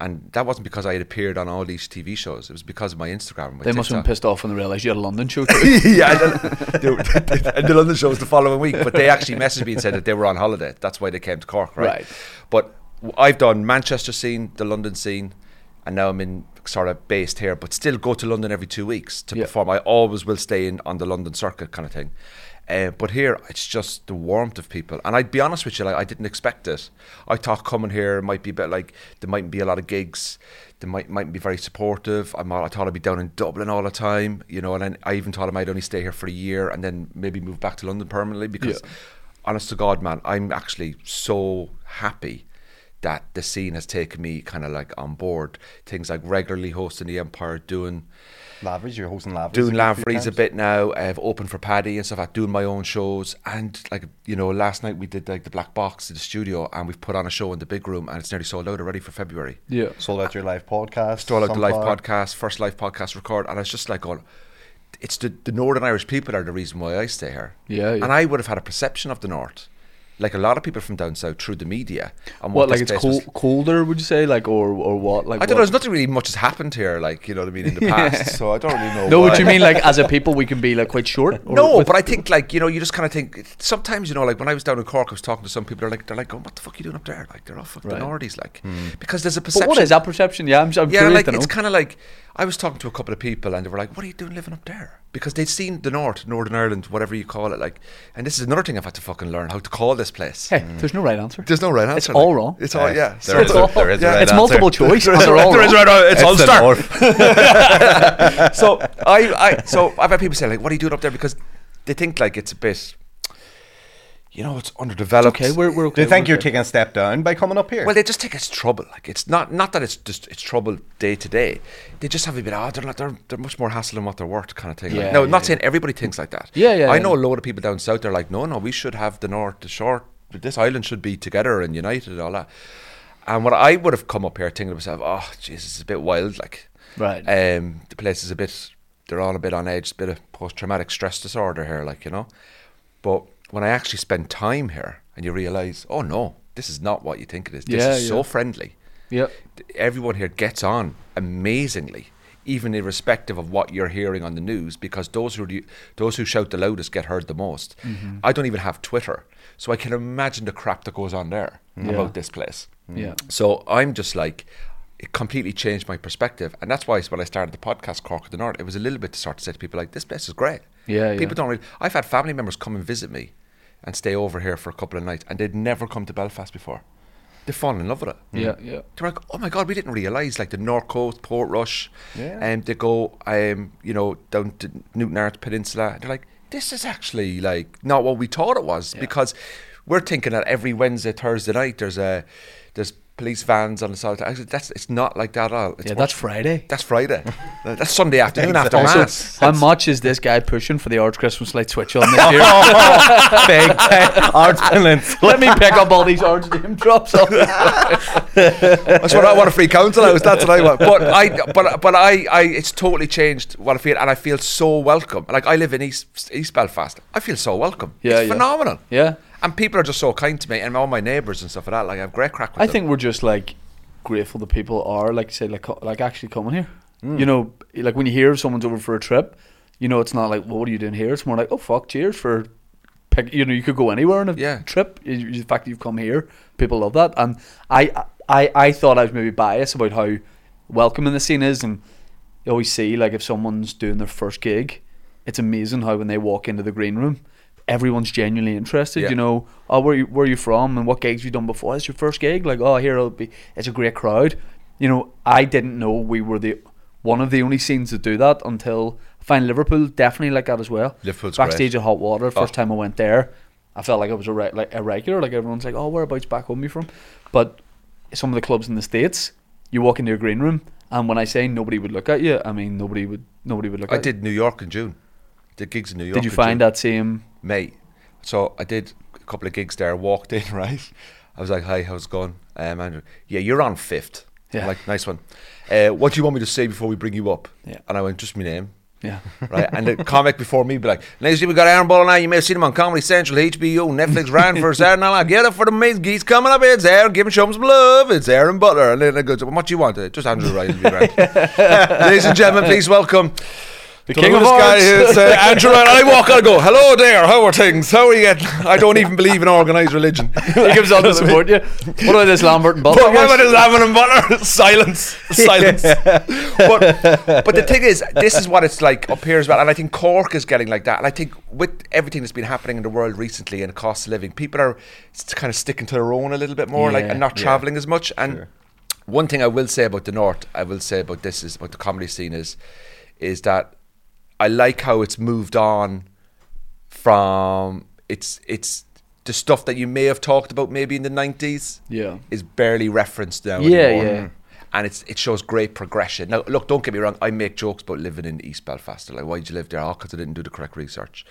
B: And that wasn't because I had appeared on all these TV shows. It was because of my Instagram. and My
A: They must have
B: TikTok.
A: been pissed off when they realised you had a London show. Too.
B: yeah, and the- they were- and the London show was the following week, but they actually messaged me and said that they were on holiday. That's why they came to Cork, right?
A: Right.
B: But w- I've done Manchester scene, the London scene, and now I'm in sort of based here, but still go to London every two weeks to
A: Yeah.
B: perform. I always will stay in on the London circuit kind of thing. Uh, but here, it's just the warmth of people. And I'd be honest with you, like, I didn't expect this. I thought coming here might be a bit like there mightn't be a lot of gigs. They might mightn't be very supportive. I'm all, I thought I'd be down in Dublin all the time, you know. And then I even thought I might only stay here for a year and then maybe move back to London permanently because,
A: Yeah.
B: honest to God, man, I'm actually so happy that the scene has taken me kind of like on board. Things like regularly hosting the Empire, doing
C: Lavery's, you're hosting Lavery's.
B: doing
C: a good few
B: Lavery's a
C: times.
B: bit now. I've opened for Paddy and stuff. I'm doing my own shows. And like you know, last night we did like the Black Box at the studio, and we've put on a show in the big room, and it's nearly sold out already for February.
A: yeah,
C: Sold out your live podcast.
B: Stole out the live
C: Sunflower.
B: podcast, first live podcast record, and I was just like, going, it's the, the Northern Irish people are the reason why I stay here.
A: Yeah, yeah.
B: And I would have had a perception of the North like a lot of people from down south through the media. And
A: What, like it's
B: this place was
A: cold, colder? Would you say like or or what? Like
B: I don't know.
A: what?
B: There's nothing really much has happened here, like you know what I mean, in the past. So I don't really know.
A: No,
B: why.
A: what you mean like as a people we can be like quite short? Or
B: No,
A: with-
B: but I think like you know, you just kind of think sometimes you know, like when I was down in Cork, I was talking to some people. They're like, they're like, going, what the fuck you doing up there? Like they're all fucking
A: Right. Hmm.
B: Nordies, like because there's a
A: But
B: perception.
A: what is that perception? Yeah, I'm, I'm
B: Yeah,
A: curious
B: like
A: to know.
B: it's kind of like I was talking to a couple of people, and they were like, "What are you doing living up there?" Because they'd seen the North, Northern Ireland, whatever you call it. Like, and this is another thing I've had to fucking learn how to call this place.
A: Hey, there's no right answer.
B: There's no right answer.
A: It's
B: like,
A: all wrong.
B: It's all yeah.
D: There
B: So-
D: is a- there is a
B: yeah.
D: right
A: it's
D: answer.
A: multiple choice. and they're all
B: There is
A: wrong.
B: right answer. It's,
D: the
B: Ulster.
D: North.
B: so I, I, so I've had people say like, "What are you doing up there?" Because they think like it's a bit, you know, it's underdeveloped.
A: Okay, we're, we're okay.
C: Do you think
A: we're
C: you're
A: okay.
C: taking a step down by coming up here?
B: well, they just think it's trouble. Like it's not not that it's just it's trouble day to day. They just have a bit. Oh, they're not. They're, they're much more hassle than what they're worth, kind of thing. Like,
A: Yeah,
B: no,
A: yeah,
B: not
A: yeah.
B: saying everybody thinks like that.
A: Yeah, yeah,
B: I
A: yeah.
B: know a load of people down south. They're like, no, no, we should have the north, the short. This island should be together and united, and all that. And what I would have come up here thinking to myself, oh, Jesus, it's a bit wild. Like,
A: Right.
B: um, the place is a bit, they're all a bit on edge, bit of post traumatic stress disorder here, like, you know. But when I actually spend time here and you realize, oh no, this is not what you think it is. This
A: Yeah,
B: is so
A: yeah.
B: friendly.
A: Yep.
B: Th- Everyone here gets on amazingly, even irrespective of what you're hearing on the news, because those who, do, those who shout the loudest get heard the most.
A: Mm-hmm.
B: I don't even have Twitter, so I can imagine the crap that goes on there about this place.
A: Yeah.
B: So I'm just like, it completely changed my perspective. And that's why when I started the podcast, Cork of the North, it was a little bit to sort of say to people, like, this place is great.
A: Yeah,
B: People
A: yeah.
B: don't really. I've had family members come and visit me and stay over here for a couple of nights, and they'd never come to Belfast before. They've fallen in love with it.
A: Yeah, yeah.
B: They're like, oh my God, we didn't realise, like the North Coast, Port Rush,
C: Yeah.
B: and they go, um, you know, down to Newton Arts Peninsula. And they're like, this is actually like not what we thought it was because we're thinking that every Wednesday, Thursday night there's a there's police vans on the side. Actually, that's it's not like that at all. It's
A: Yeah,
B: much-
A: that's Friday.
B: that's Friday. that's Sunday afternoon after
A: Also,
B: mass.
A: how much is this guy pushing for the Arts Christmas light switch on this year?
C: big art
A: Let me pick up all these Arts name drops. Off.
B: That's what I want a free council house. That's what I want. But I, but but I, I, it's totally changed what I feel, and I feel so welcome. Like I live in East East Belfast, I feel so welcome.
A: Yeah,
B: it's
A: yeah.
B: phenomenal.
A: Yeah.
B: and people are just so kind to me, and all my neighbours and stuff like that. Like I have great crack with
A: I
B: them.
A: think we're just like grateful that people are like say like co- like actually coming here. You know, like when you hear someone's over for a trip, you know it's not like well, what are you doing here? It's more like oh fuck, cheers for. Pick, you know, you could go anywhere on a
B: Yeah.
A: trip. You- you- The fact that you've come here, people love that. And I, I, I thought I was maybe biased about how welcoming the scene is, and you always see like if someone's doing their first gig, it's amazing how when they walk into the green room, everyone's genuinely interested.
B: Yeah.
A: You know, oh, where you where you from and what gigs you done before? It's your first gig, like oh, here it'll be. It's a great crowd. You know, I didn't know we were the one of the only scenes to do that until I find Liverpool definitely like that as well.
B: Liverpool's great.
A: backstage at Hot Water.
B: Oh.
A: First time I went there, I felt like I was a re- like a regular. Like everyone's like, oh, whereabouts back home you from? But some of the clubs in the states, you walk into a green room, and when I say nobody would look at you, I mean nobody would nobody would look
B: I
A: at
B: did New York in June. Did gigs in New
A: you.
B: York.
A: Did you
B: in
A: find
B: June.
A: that same?
B: mate? So I did a couple of gigs there. Walked in, right? I was like, "Hi, how's it going?" Um, Andrew, yeah, you're on fifth. I'm
A: Yeah.
B: like nice one. Uh, what do you want me to say before we bring you up?
A: Yeah.
B: And I went, just my name.
A: Yeah.
B: right? And the comic before me be like, ladies, we got Aaron Ball now. You may have seen him on Comedy Central, HBO, Netflix, Ryan for Saturday Night Live. Get up for the main geese coming up. It's Aaron. Give him show him some love. It's Aaron Butler. And then it goes, what do you want? Uh, Just Andrew Ryan. would be great." ladies and gentlemen, please welcome.
A: The
B: to the little guy who's, uh, Andrew Ryan. I walk out and go, hello there, how are things? How are you getting? I don't even believe in organised religion.
A: he comes on to support you. What about this Lambert and Butler?
B: But
A: guys?
B: women is lemon and butter. Silence. Silence. but, but the thing is, this is what it's like up here as well. And I think Cork is getting like that. And I think with everything that's been happening in the world recently and the cost of living, people are s- kind of sticking to their own a little bit more like
A: Yeah,
B: and not
A: yeah.
B: traveling as much. And one thing I will say about the North, I will say about this is about the comedy scene is, is that I like how it's moved on from it's it's the stuff that you may have talked about maybe in the 90s
A: Yeah.
B: is barely referenced now
A: Yeah,
B: anymore.
A: yeah.
B: And it's, it shows great progression. Now, look, don't get me wrong. I make jokes about living in East Belfast. They're Like, why did you live there? Oh, because I didn't do the correct research.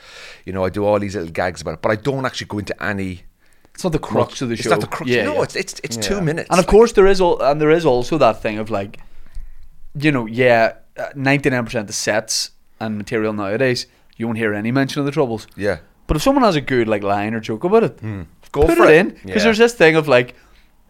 B: You know, I do all these little gags about it, but I don't actually go into any.
A: It's not the crux of the
B: it's
A: show.
B: not the crux.
A: Yeah,
B: no,
A: yeah.
B: it's it's, it's two minutes.
A: And of course, there is all, and there is also that thing of like, you know, yeah, uh, ninety nine percent of the sets and material nowadays, you won't hear any mention of the troubles.
B: Yeah.
A: But if someone has a good like line or joke about it,
B: Go
A: put
B: for
A: it,
B: Hmm. it.
A: in because
B: Yeah.
A: there's this thing of like.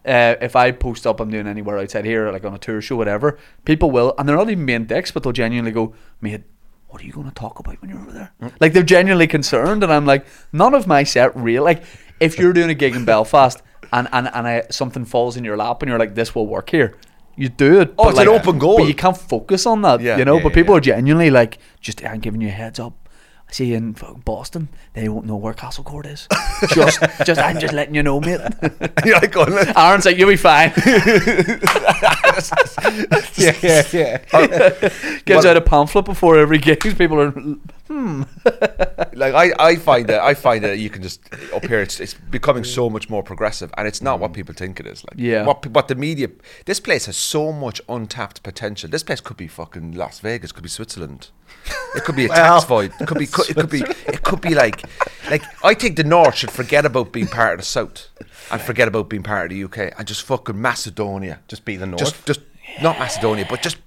A: Uh, if I post up I'm doing anywhere outside here, like on a tour show, whatever, people will, and they're not even being dicks, but they'll genuinely go, mate, what are you going to talk about when you're over there?
B: Mm.
A: Like, they're genuinely concerned, and I'm like, none of my set real. Like, if you're doing a gig in Belfast and, and, and I, something falls in your lap and you're like, this will work here, you do it. but,
B: Oh, it's an
A: like,
B: open goal.
A: But you can't focus on that,
B: Yeah,
A: you know?
B: yeah,
A: but
B: yeah,
A: people
B: yeah.
A: are genuinely like, just, I'm giving you a heads up. I see you in fucking Boston, they won't know where Castle Court is. just, just, I'm just letting you know, mate.
B: You're like, "Oh, going, "Look,
A: Aaron's like, you'll be fine.
C: yeah, yeah, yeah.
A: Gives
B: But-
A: out a pamphlet before every gig. People are,
B: like I, I find that I find that you can just up here it's, it's becoming so much more progressive and it's not what people think it is like
A: Yeah.
B: what pe- what the media this place has so much untapped potential this place could be fucking Las Vegas could be Switzerland it could be a tax void it could be co- it could be it could be like like I think the north should forget about being part of the south and forget about being part of the UK and just fucking Macedonia
C: Just be the north.
B: just just not Macedonia but just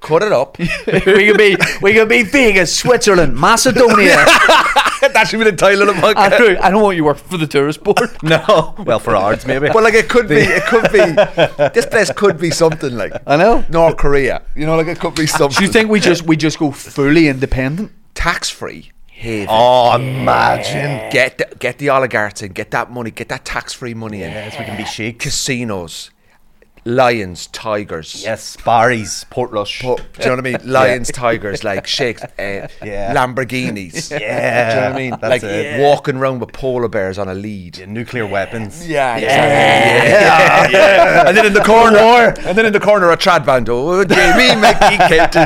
B: cut it up
A: we could be, we could be Vegas, Switzerland, Macedonia.
B: that should be the title of the podcast
A: Andrew, I don't want you working for the tourist board.
C: no, well, for ours maybe.
B: But like it could be, it could be. This place could be something like
A: I know.
B: North Korea. You know, like it could be something.
A: Do you think we just, we just go fully independent?
B: tax free? Haven.
C: oh, imagine.
B: Get the, get the oligarchs in. Get that money. Get that tax free money in.
C: Yes, we can be sheiks.
B: Casinos, lions, tigers.
C: Yes, Barry's, Portrush.
B: But, do you know what I mean? Lions, tigers, like shakes, uh,
C: Yeah.
B: Lamborghinis.
C: Yeah,
B: do you know what I mean?
C: that's
B: like
C: it.
B: walking around with polar bears on a lead.
C: Yeah, nuclear weapons.
B: Yeah, yeah, yeah, And then in the corner, and then in the corner, a trad band. Oh, Jamie McGee, Kate,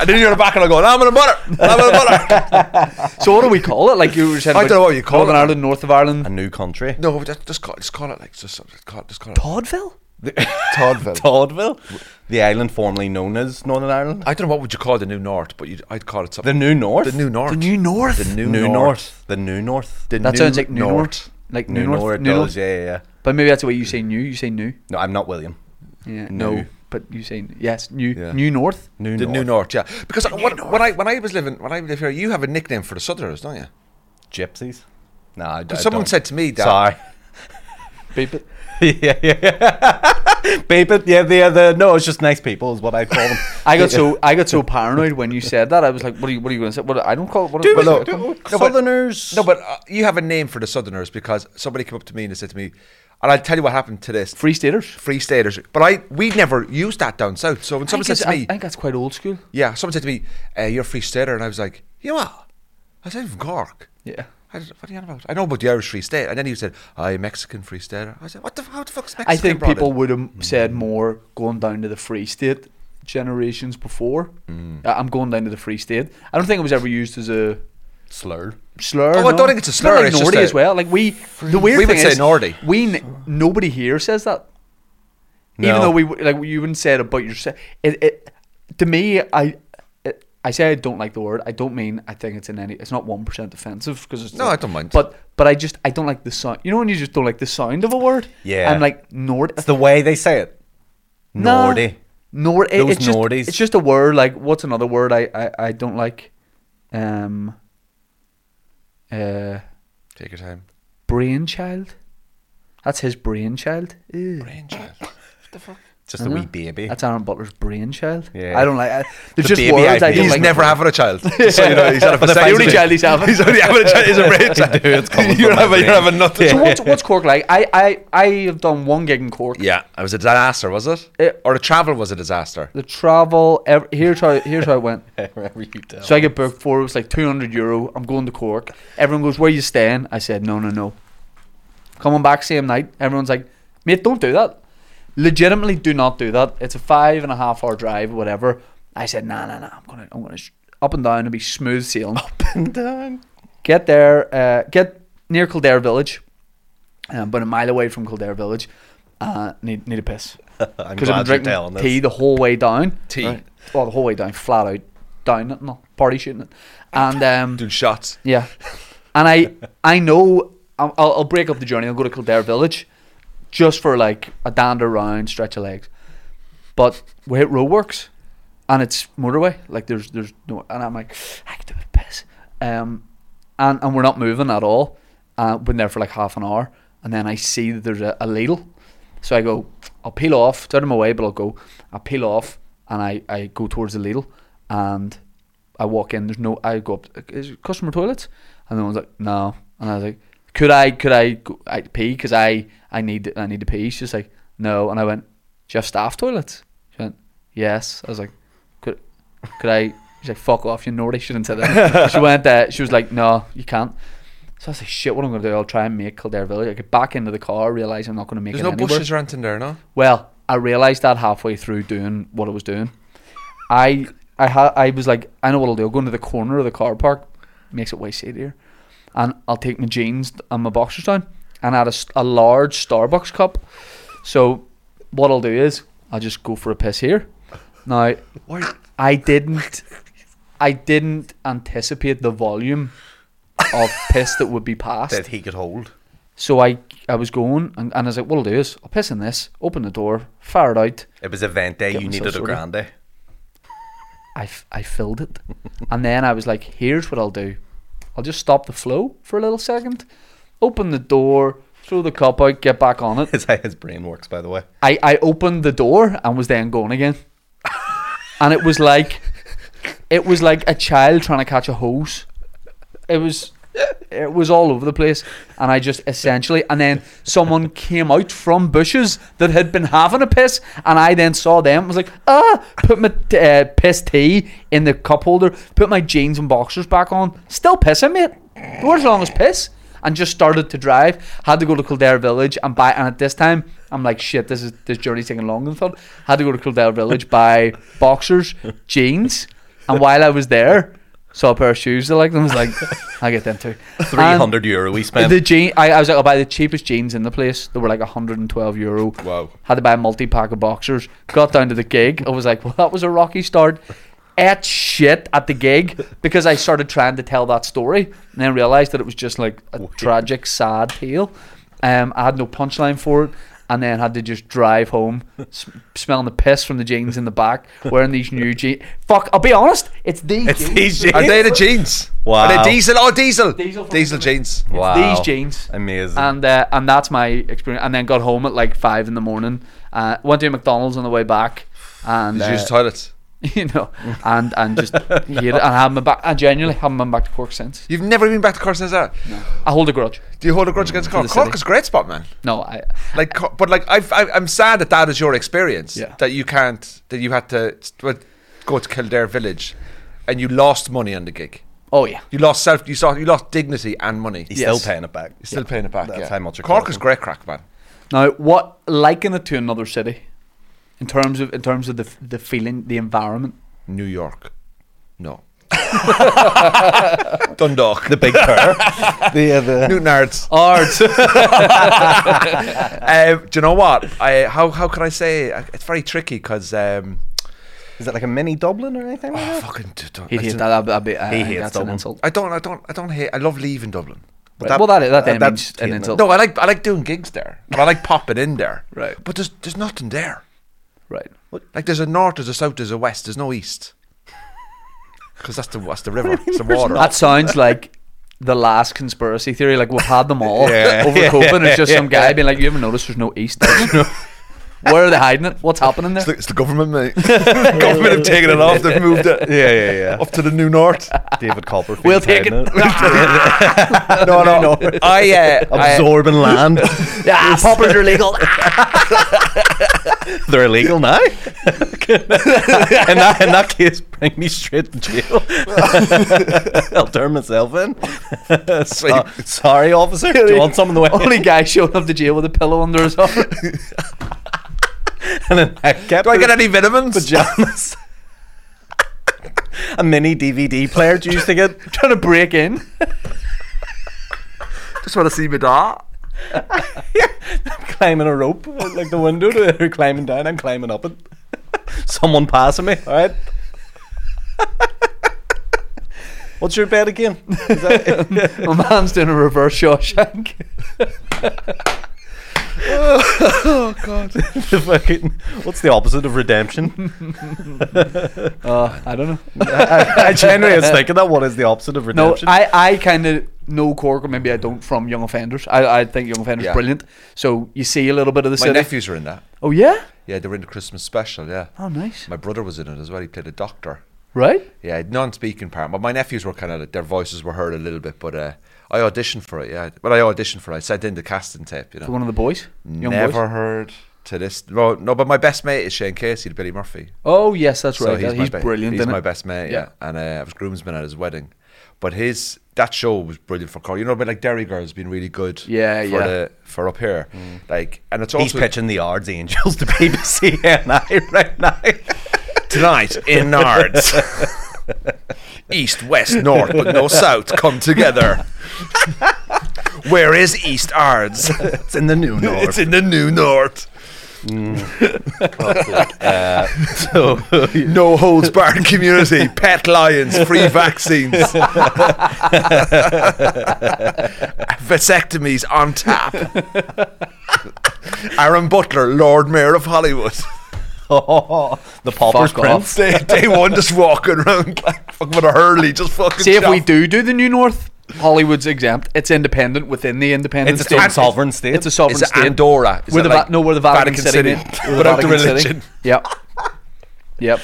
B: and then you're in the back, and I go, "I'm gonna butter, I'm gonna butter."
A: So what do we call it? Like you were saying,
B: I
A: about
B: don't know what you call
A: Northern
B: it.
A: Ireland, North of Ireland,
C: A new country.
B: No, but just, just call, just call it like just, just call, it- just call it
A: Podville.
B: Toddville.
C: Toddville, the island formerly known as Northern Ireland.
B: I don't know what would you call the new north, but you'd, I'd call it
C: The
B: something.
C: new north.
B: the new north.
A: The New North.
B: The new,
C: new, north.
B: north.
C: The new north.
B: The
A: that
B: new
A: sounds like New North. Like New,
C: new,
A: North.
C: north.
A: New
C: does,
A: North.
C: Yeah, yeah, yeah.
A: But maybe that's the way you say new. You say new.
C: No, I'm not William.
A: Yeah.
C: No.
A: No. But you say yes. New.
B: Yeah.
A: New North.
C: New
B: The
C: north.
B: new north. Yeah, because when, when I when I was living when I lived here, you have a nickname for the southerners, don't you?
C: Gypsies. No, I, I
B: Because someone
C: don't.
B: said to me that.
C: Sorry.
A: Beep it.
C: yeah, yeah. Beep it. Yeah, the uh, the no, it's just nice people is what I call them.
A: I got so I got so paranoid when you said that. I was like, "What are you? What are you going to say? What I don't call it. What,
C: Do
A: what-
C: it,
B: no,
C: do it.
B: no, but-
C: Southerners.
B: No, but uh, you have a name for the Southerners because somebody came up to me and they said to me, and I'll tell you what happened to this
A: Free Staters.
B: Free Staters. But I we never used that down south. So when someone
A: I think
B: said to
A: it's- I-
B: me,
A: I think that's quite old school.
B: yeah, someone said to me, uh, "You're a Free Stater," and I was like, "You are." I said, "I'm "From Cork."
A: Yeah.
B: I said, what are you on about? I know about the Irish Free State, and then he said, "I'm Mexican Free Stater." I said, "What the? How the fuck's Mexican?"
A: I think
B: brought in?"
A: people would have said more going down to the Free State generations before. Uh, I'm going down to the Free State. I don't think it was ever used as a
C: slur.
A: slur.
B: Oh, I
A: no.
B: don't think it's a
A: not
B: slur,
A: like
B: it's just
A: Nordy
B: a-
A: as well. Like we, the weird
B: We would
A: thing
B: say
A: is,
B: Nordy.
A: We n- nobody here says that.
C: No.
A: Even though we w- like you wouldn't say it about yourself. It, it to me, I. it- I say I don't like the word. I don't mean I think it's in any. It's not one percent offensive because it's
B: No,
A: not-
B: I don't mind.
A: But but I just I don't like the sound. You know when you just don't like the sound of a word.
C: Yeah.
A: I'm like Nord.
C: It's the way they say it.
A: Nah.
C: Nordy.
A: Nord. it-
C: Those
A: it's just,
C: Nordies.
A: It's just a word. Like what's another word I I, I don't like? Um. Uh,
B: take your time.
A: brainchild. That's his brainchild. Ew.
B: Brainchild. what the fuck?
C: Just
A: I
C: a
A: know.
C: wee baby.
A: That's Aaron Butler's brainchild.
C: Yeah.
A: I don't like. I, there's
C: The
A: just
C: baby
A: words I,
C: idea.
A: don't
B: He's
A: like.
B: never having a child. Just so you know, he's had a
C: But if I
A: the
B: vasectomy.
A: only child he's having.
B: He's only having a child. He's a
C: Dude, it's coming
B: brainchild.
C: from
B: You're
C: my
B: having, you're
C: brain.
B: having nothing.
A: so what's, what's Cork like? I, I I have done one gig in Cork.
B: Yeah, it was a disaster, was it?
A: It-
B: or the travel was a disaster.
A: The travel. Ev- here's how here's how it went.
C: Wherever you tell.
A: So I get booked for it was like 200 euro. I'm going to Cork. Everyone goes, "Where you staying?" I said, "No, no, no." Coming back same night. Everyone's like, "Mate, don't do that. Legitimately, do not do that. It's a five and a half hour drive, or whatever." I said, "Nah, nah, nah. I'm gonna, I'm gonna sh- up and down and be smooth sailing."
C: down.
A: get there, uh, get near Kildare Village, um, but a mile away from Kildare Village. Uh, need need a piss
C: I'm
A: because I've
C: glad
A: been
C: you're
A: drinking
C: telling
A: tea
C: this.
A: the whole way down.
B: Tea.
A: Right. Well, the whole way down, flat out down it, not party shooting it, and um,
B: Doing shots.
A: yeah, and I I know I'll, I'll I'll break up the journey. I'll go to Kildare Village, just for like a dander round, stretch of legs. But we hit roadworks, and it's motorway. Like there's there's no, and I'm like I could do a piss. Um, and, and we're not moving at all. Uh, been there for like half an hour, and then I see that there's a, a ladle, so I go, I'll peel off, it's out of my way, but I'll go. I peel off, and I, I go towards the ladle, and I walk in. There's no. I go up. Is it customer toilets? And the one's like, no. And I was like, could I could I go, I pee? Because I I need I need to pee. She's like, no. And I went, do you have staff toilets? She went, yes. I was like, could could I? She's like, fuck off, you naughty. She didn't say that. she went. Uh, she was like, no, you can't. So I was like, shit, what I'm gonna do? I'll try and make Kildare Village. I get back into the car, realize I'm not gonna make
B: There's
A: it
B: no
A: anywhere.
B: bushes or anything there, no?
A: Well, I realised that halfway through doing what I was doing. I I ha- I was like, I know what I'll do. I'll go into the corner of the car park, makes it way shadier, and I'll take my jeans and my boxers down, and I had a, s- a large Starbucks cup. So what I'll do is I'll just go for a piss here. Now I didn't I didn't anticipate the volume of piss that would be passed.
C: that he could hold.
A: So I I was going and, and I was like, what I'll do is I'll piss in this, open the door, fire it out.
C: It was event day.
A: Get
C: you
A: myself
C: needed a
A: sorted.
C: grande.
A: I, f- I filled it. and then I was like, here's what I'll do. I'll just stop the flow for a little second, open the door, throw the cup out, get back on it.
C: That's how his brain works, by the way.
A: I, I opened the door and was then going again. and it was like it was like a child trying to catch a hose. It was it was all over the place. And I just essentially and then someone came out from bushes that had been having a piss and I then saw them and was like, ah put my t- uh, piss tea in the cup holder, put my jeans and boxers back on, still pissing mate. Or as long as piss and just started to drive. Had to go to Kildare Village and buy. And at this time, I'm like, shit, this is this journey's taking longer than I thought. Had to go to Kildare Village, buy boxers, jeans, and while I was there, saw a pair of shoes I liked and was like, I get them too.
C: Three hundred euro we
A: And
C: spent.
A: The jean, I, I was like, I'll buy the cheapest jeans in the place. They were like 112 euro.
B: Wow.
A: Had to buy a multi pack of boxers. Got down to the gig. I was like, well, that was a rocky start. Ate shit at the gig because I started trying to tell that story and then realised that it was just like a tragic, sad tale. Um, I had no punchline for it and then had to just drive home s- smelling the piss from the jeans in the back, wearing these new jeans. Fuck, I'll be honest, it's these
C: It's
A: jeans.
C: these
B: Are
C: jeans.
B: they the jeans?
C: Wow.
B: Are they diesel? Oh, diesel.
A: Diesel
B: Diesel,
A: from the-
B: jeans.
A: These jeans.
C: Amazing.
A: and uh, and that's my experience. And then got home at like five in the morning. Uh, went to McDonald's on the way back, and
B: Did
A: uh,
B: you use toilets?
A: you know, and and just hate it. And haven't been back. I genuinely haven't been back to Cork since.
B: You've never been back to Cork since that.
A: I hold a grudge.
B: Do you hold a grudge against Cork?
A: the
B: Cork
A: city.
B: is a great spot, man.
A: No, I
B: Like, Cor- but like, I've, I, I'm sad that that is your experience.
A: Yeah.
B: That you can't. That you had to st- go to Kildare Village, and you lost money on the gig.
A: oh yeah,
B: You lost self. You saw. You lost dignity and money.
C: He's
B: You're
A: Yes.
C: still paying it back.
B: still paying it back.
C: That's
B: yeah.
C: how much it
B: Cork
C: cost
B: is
C: him.
B: great crack, man.
A: Now, what liken it to another city, in terms of in terms of the f- the feeling, the environment.
B: New York. No. Dundalk.
C: The big purr. the, uh, the
B: Newton Ards.
A: Art.
B: Um, do you know what? I how how can I say? it? It's very tricky because um,
C: is it like a mini Dublin or anything like
B: oh,
C: that?
B: fucking. d- don't-
A: He'd
B: I
A: hate
B: don't-
A: that. I'd be- I'd be- I
C: He
A: think
C: hates
A: that's an
C: Dublin.
A: insult.
B: I don't. I don't. I don't hate. I love leaving Dublin.
A: Right.
C: that-
A: well, that that, then
C: that-
A: means
C: that's
A: an
C: hating it.
A: insult.
B: No, I like I like doing gigs there, and I like popping in there.
A: Right.
B: But there's there's nothing there.
A: Right.
B: Like there's a north, there's a south, there's a west. There's no east. Because that's the that's the river, it's the water.
A: That sounds like the last conspiracy theory. Like we've had them all over Copen. It's just some guy being like, "You ever notice there's no east? There's no- Where are they hiding it? What's happening there?"
B: the, it's the government, mate. government have taken it off. They've moved it
C: Yeah, yeah, yeah.
B: up to the new north.
C: David Copperfield.
A: We'll take
C: hiding
A: it.
B: No, no. I uh, I-
C: Absorbing land.
A: ah, poppers are legal.
C: They're illegal now. in, that, in that case, bring me straight to jail. I'll turn myself in. So- sorry, officer. Do you want some in the way?
A: Only guy showing up to jail with a pillow under his arm.
C: and then I kept
B: do I get
C: it
B: any vitamins?
C: pajamas. a mini DVD player. Do you used to get?
A: trying to break in.
B: Just want to see my da.
C: climbing a rope uh, like the window to her climbing down I'm climbing up it someone passing me all right what's your bet again Is that-
A: My man's doing a reverse Shawshank. oh god.
C: The fucking- what's the opposite of redemption?
A: Uh, I don't know.
C: I, I genuinely was thinking that. What is the opposite of
A: No,
C: redemption?
A: I, I kind of know Cork, or maybe I don't, from Young Offenders. I, I think Young Offenders
B: Yeah.
A: brilliant. So you see a little bit of the
B: My
A: city.
B: nephews were in that.
A: Oh, yeah?
B: Yeah, they were in the Christmas special. Yeah,
A: Oh, nice.
B: my brother was in it as well. He played a doctor.
A: Right?
B: Yeah, non-speaking part. But my nephews were kind of their voices were heard a little bit. But uh, I auditioned for it. Yeah, well, I auditioned for it. I sent in the casting tape. You
A: For
B: know,
A: one of the boys? Young
B: never
A: boys?
B: heard to this. No, no, but my best mate is Shane Casey, the Billy Murphy.
A: Oh, yes, that's right.
B: So
A: He's,
B: my be-
A: brilliant,
B: He's
A: isn't
B: my
A: it?
B: best mate,
A: Yeah.
B: yeah. And uh, I was groomsman at his wedding. But his that show was brilliant for Cork. You know, but like Derry Girl's been really good.
A: Yeah,
B: for
A: yeah. Mm.
B: The, for up here, like, and it's
C: He's
B: also
C: pitching the Ards Angels to BBC and I right now.
B: tonight in Nards. East, west, north, but no south come together. Where is East Ards?
C: It's in the new north.
B: it's in the new north.
C: so
B: No holds barred community, pet lions, free vaccines, vasectomies on tap. Aaron Butler, Lord Mayor of Hollywood.
C: oh, the pauper's
A: Fuck off.
C: prince.
B: Day, day one, just walking around like fucking with a hurley, just fucking.
A: See, if we
B: chaff-
A: do do the New North, Hollywood's exempt. It's independent within the independent
C: It's its
A: state.
C: own sovereign state.
A: It's a sovereign
B: Is it
A: state.
B: Andorra? Is
A: we're
B: it
A: the
B: like
A: Va- no, we're the Vatican,
B: Vatican
A: City.
B: City?
A: mate. We're
B: Without the
A: Vatican City.
B: religion.
A: Yep. Yep.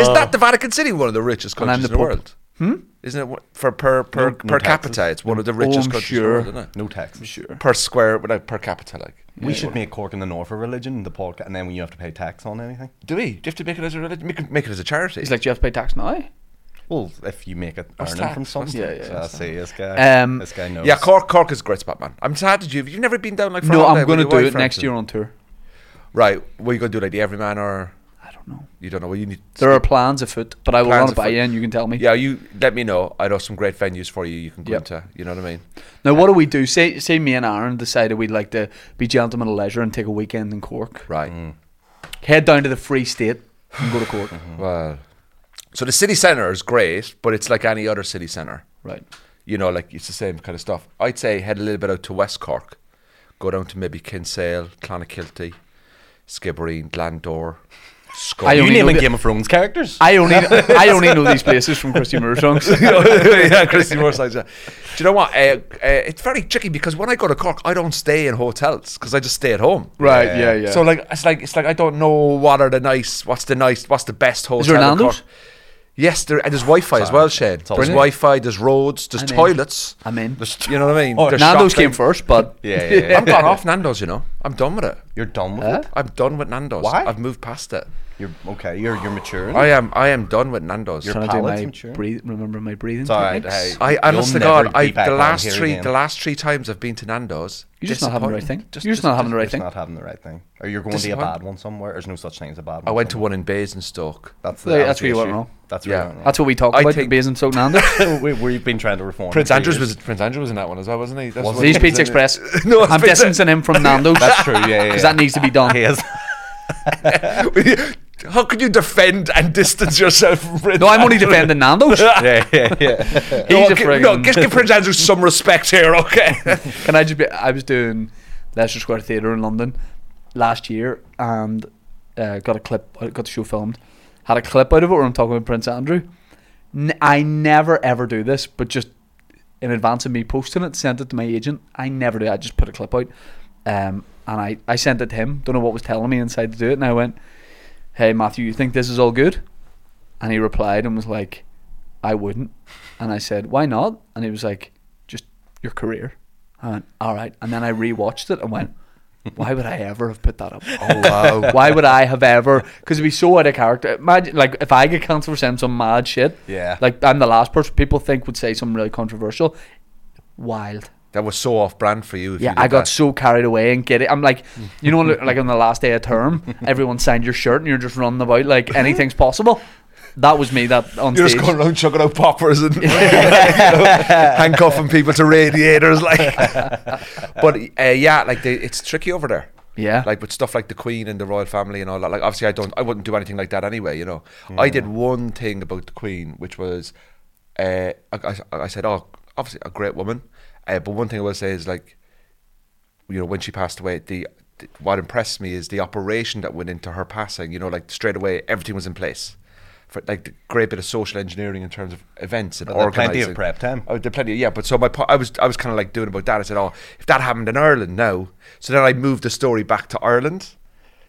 B: Is that the Vatican City one of the richest
A: And I'm
B: countries
A: the
B: in the
A: Pope.
B: world? Hmm? Isn't it one- for per per
C: no
B: per
C: taxes.
B: capita? It's one of the richest
A: Oh, I'm
B: countries
A: sure.
B: in the world, isn't it?
C: No taxes.
A: Sure.
B: Per square, well, like, per capita, like.
C: We should make Cork in the North a religion, the podcast, and then when you have to pay tax on anything.
B: Do we? Do you have to make it as a religion? Make it, make it as a charity.
A: He's like, do you have to pay tax now? eh?"
C: Well, if you make it earning
B: tax?
C: from
B: What's
C: something.
A: tax? Yeah, yeah,
C: I
A: what's
C: see this guy.
A: Um,
C: this guy knows.
B: yeah, Cork, Cork is a great spot, man. I'm sad that you've you've never been down like. For
A: No,
B: a holiday
A: I'm
B: with
A: going to
B: your
A: do
B: wife,
A: it
B: for
A: next
B: instance.
A: year on tour.
B: Right, what are you going to do? Like the Everyman, or
A: I don't know.
B: you don't know? Well, you need.
A: There are plans afoot, but I will
B: Plans
A: run it by
B: afoot.
A: you and you can tell me.
B: yeah, you let me know. I know some great venues for you. You can go
A: Yep.
B: to. You know what I mean?
A: Now, what do we do? Say, say me and Aaron decided we'd like to be gentlemen of leisure and take a weekend in Cork.
B: Right.
A: Head down to the Free State and go to Cork.
B: Well, so the city centre is great, but it's like any other city centre.
A: Right.
B: You know, like it's the same kind of stuff. I'd say head a little bit out to West Cork, go down to maybe Kinsale, Clonakilty, Skibbereen, Glandore, Scone.
A: I
C: You
A: only know
C: naming
A: the-
C: Game of Thrones characters?
A: I only I only know these places from Christy Moore songs.
B: yeah, Christy Moore sides. yeah. Do you know what? Uh, uh, it's very tricky because when I go to Cork, I don't stay in hotels because I just stay at home.
A: Right, yeah, yeah.
B: So like, it's like it's like I don't know what are the nice, what's the nice, what's the best hotel.
A: there an
B: in Cork.
A: Nando's?
B: Yes, there, and there's Wi-Fi as well, Shane. There's
C: all good.
B: Wi-Fi. There's roads. There's
A: I'm in.
B: toilets.
A: I'm in.
B: There's, you know what I mean?
C: Oh,
B: There's
A: Nando's
B: shopping.
A: came first, but
C: Yeah, yeah, yeah.
B: I'm gone off Nando's. You know, I'm done with it.
C: You're done with
A: Huh?
C: it.
B: I'm done with Nando's.
C: Why?
B: I've moved past it.
C: You're okay. You're you're maturing.
B: I am. I am done with Nando's.
A: Trying
C: Palates,
A: to
C: I'm
A: do
C: sure.
A: my breathe, remember my breathing.
C: It's all right,
A: techniques.
C: hey.
B: I, I
C: You'll
B: honest to
C: never
B: God,
C: be
B: I
C: back
B: the
C: on
B: last
C: here
B: three
C: again.
B: the last three times I've been to Nando's.
A: You're just not having the right
B: disappointing.
A: thing. You're just not having the right
C: It's
A: thing.
C: not having the right thing. Or you're going to a
B: Disappoint-
C: bad one somewhere. There's no such thing as a bad one.
B: I went to
C: somewhere.
B: one in Basingstoke.
C: That's
A: Yeah,
C: that
A: that's
C: was
A: where you went
C: issue.
A: wrong.
C: That's
B: Yeah.
C: where you went
A: That's what we talk
B: I
A: about.
B: think-
A: Beers and soak Nando.
C: wrong. we, we've been trying to reform.
B: Prince
C: for
B: Andrews was
C: years.
B: Prince Andrews was in that one as well, wasn't he? That's
C: Was
B: what
A: He's
B: was
A: Pizza
B: in it.
A: Express.
B: No, it's
A: I'm
B: Pizza-
A: distancing him from Nando's
C: That's true. Yeah, yeah.
A: because
C: yeah.
A: that needs to be done.
C: He is.
B: How could you defend and distance yourself from Prince?
A: No, I'm only
B: Andrew?
A: defending Nando's.
C: yeah, yeah, yeah.
B: No,
A: He's a
B: gi- no,
A: friggin-
B: just give Prince Andrew some respect here, okay?
A: Can I just be? I was doing Leicester Square Theatre in London last year and uh, got a clip, got the show filmed. Had a clip out of it where I'm talking about Prince Andrew. N- I never ever do this, but just in advance of me posting it, sent it to my agent. I never do. I just put a clip out, um, and I I sent it to him. Don't know what was telling me inside to do it, and I went, "Hey Matthew, you think this is all good?" And he replied and was like, "I wouldn't." And I said, "Why not?" And he was like, "Just your career." I went, "All right." And then I rewatched it and went, "Why would I ever have put that up?"
B: oh wow.
A: Why would I have ever? Because it'd be so out of character. Imagine, like, if I get cancelled for saying some mad shit,
C: Yeah.
A: like I'm the last person people think would say something really controversial. Wild.
B: That was so off brand for you. If
A: Yeah,
B: you did
A: I got
B: that.
A: so carried away and get it. I'm like, you know, like on the last day of term, everyone signed your shirt and you're just running about like anything's possible. That was me. That on
B: You're
A: stage.
B: just going around chucking out poppers and you know, handcuffing people to radiators, like. but uh, yeah, like they, it's tricky over there.
A: Yeah.
B: Like with stuff like the Queen and the royal family and all that. Like obviously, I don't, I wouldn't do anything like that anyway. You know, I did one thing about the Queen, which was, uh, I, I, I said, oh, obviously a great woman, uh, but one thing I will say is like, you know, when she passed away, the th- what impressed me is the operation that went into her passing. You know, like straight away, everything was in place. For, like the great bit of social engineering in terms of events and
C: But there are
B: organizing.
C: plenty of prep time.
B: Oh, there are plenty, yeah. But so my, po- I was, I was kind of like doing about that. I said, oh, if that happened in Ireland, no. So then I moved the story back to Ireland.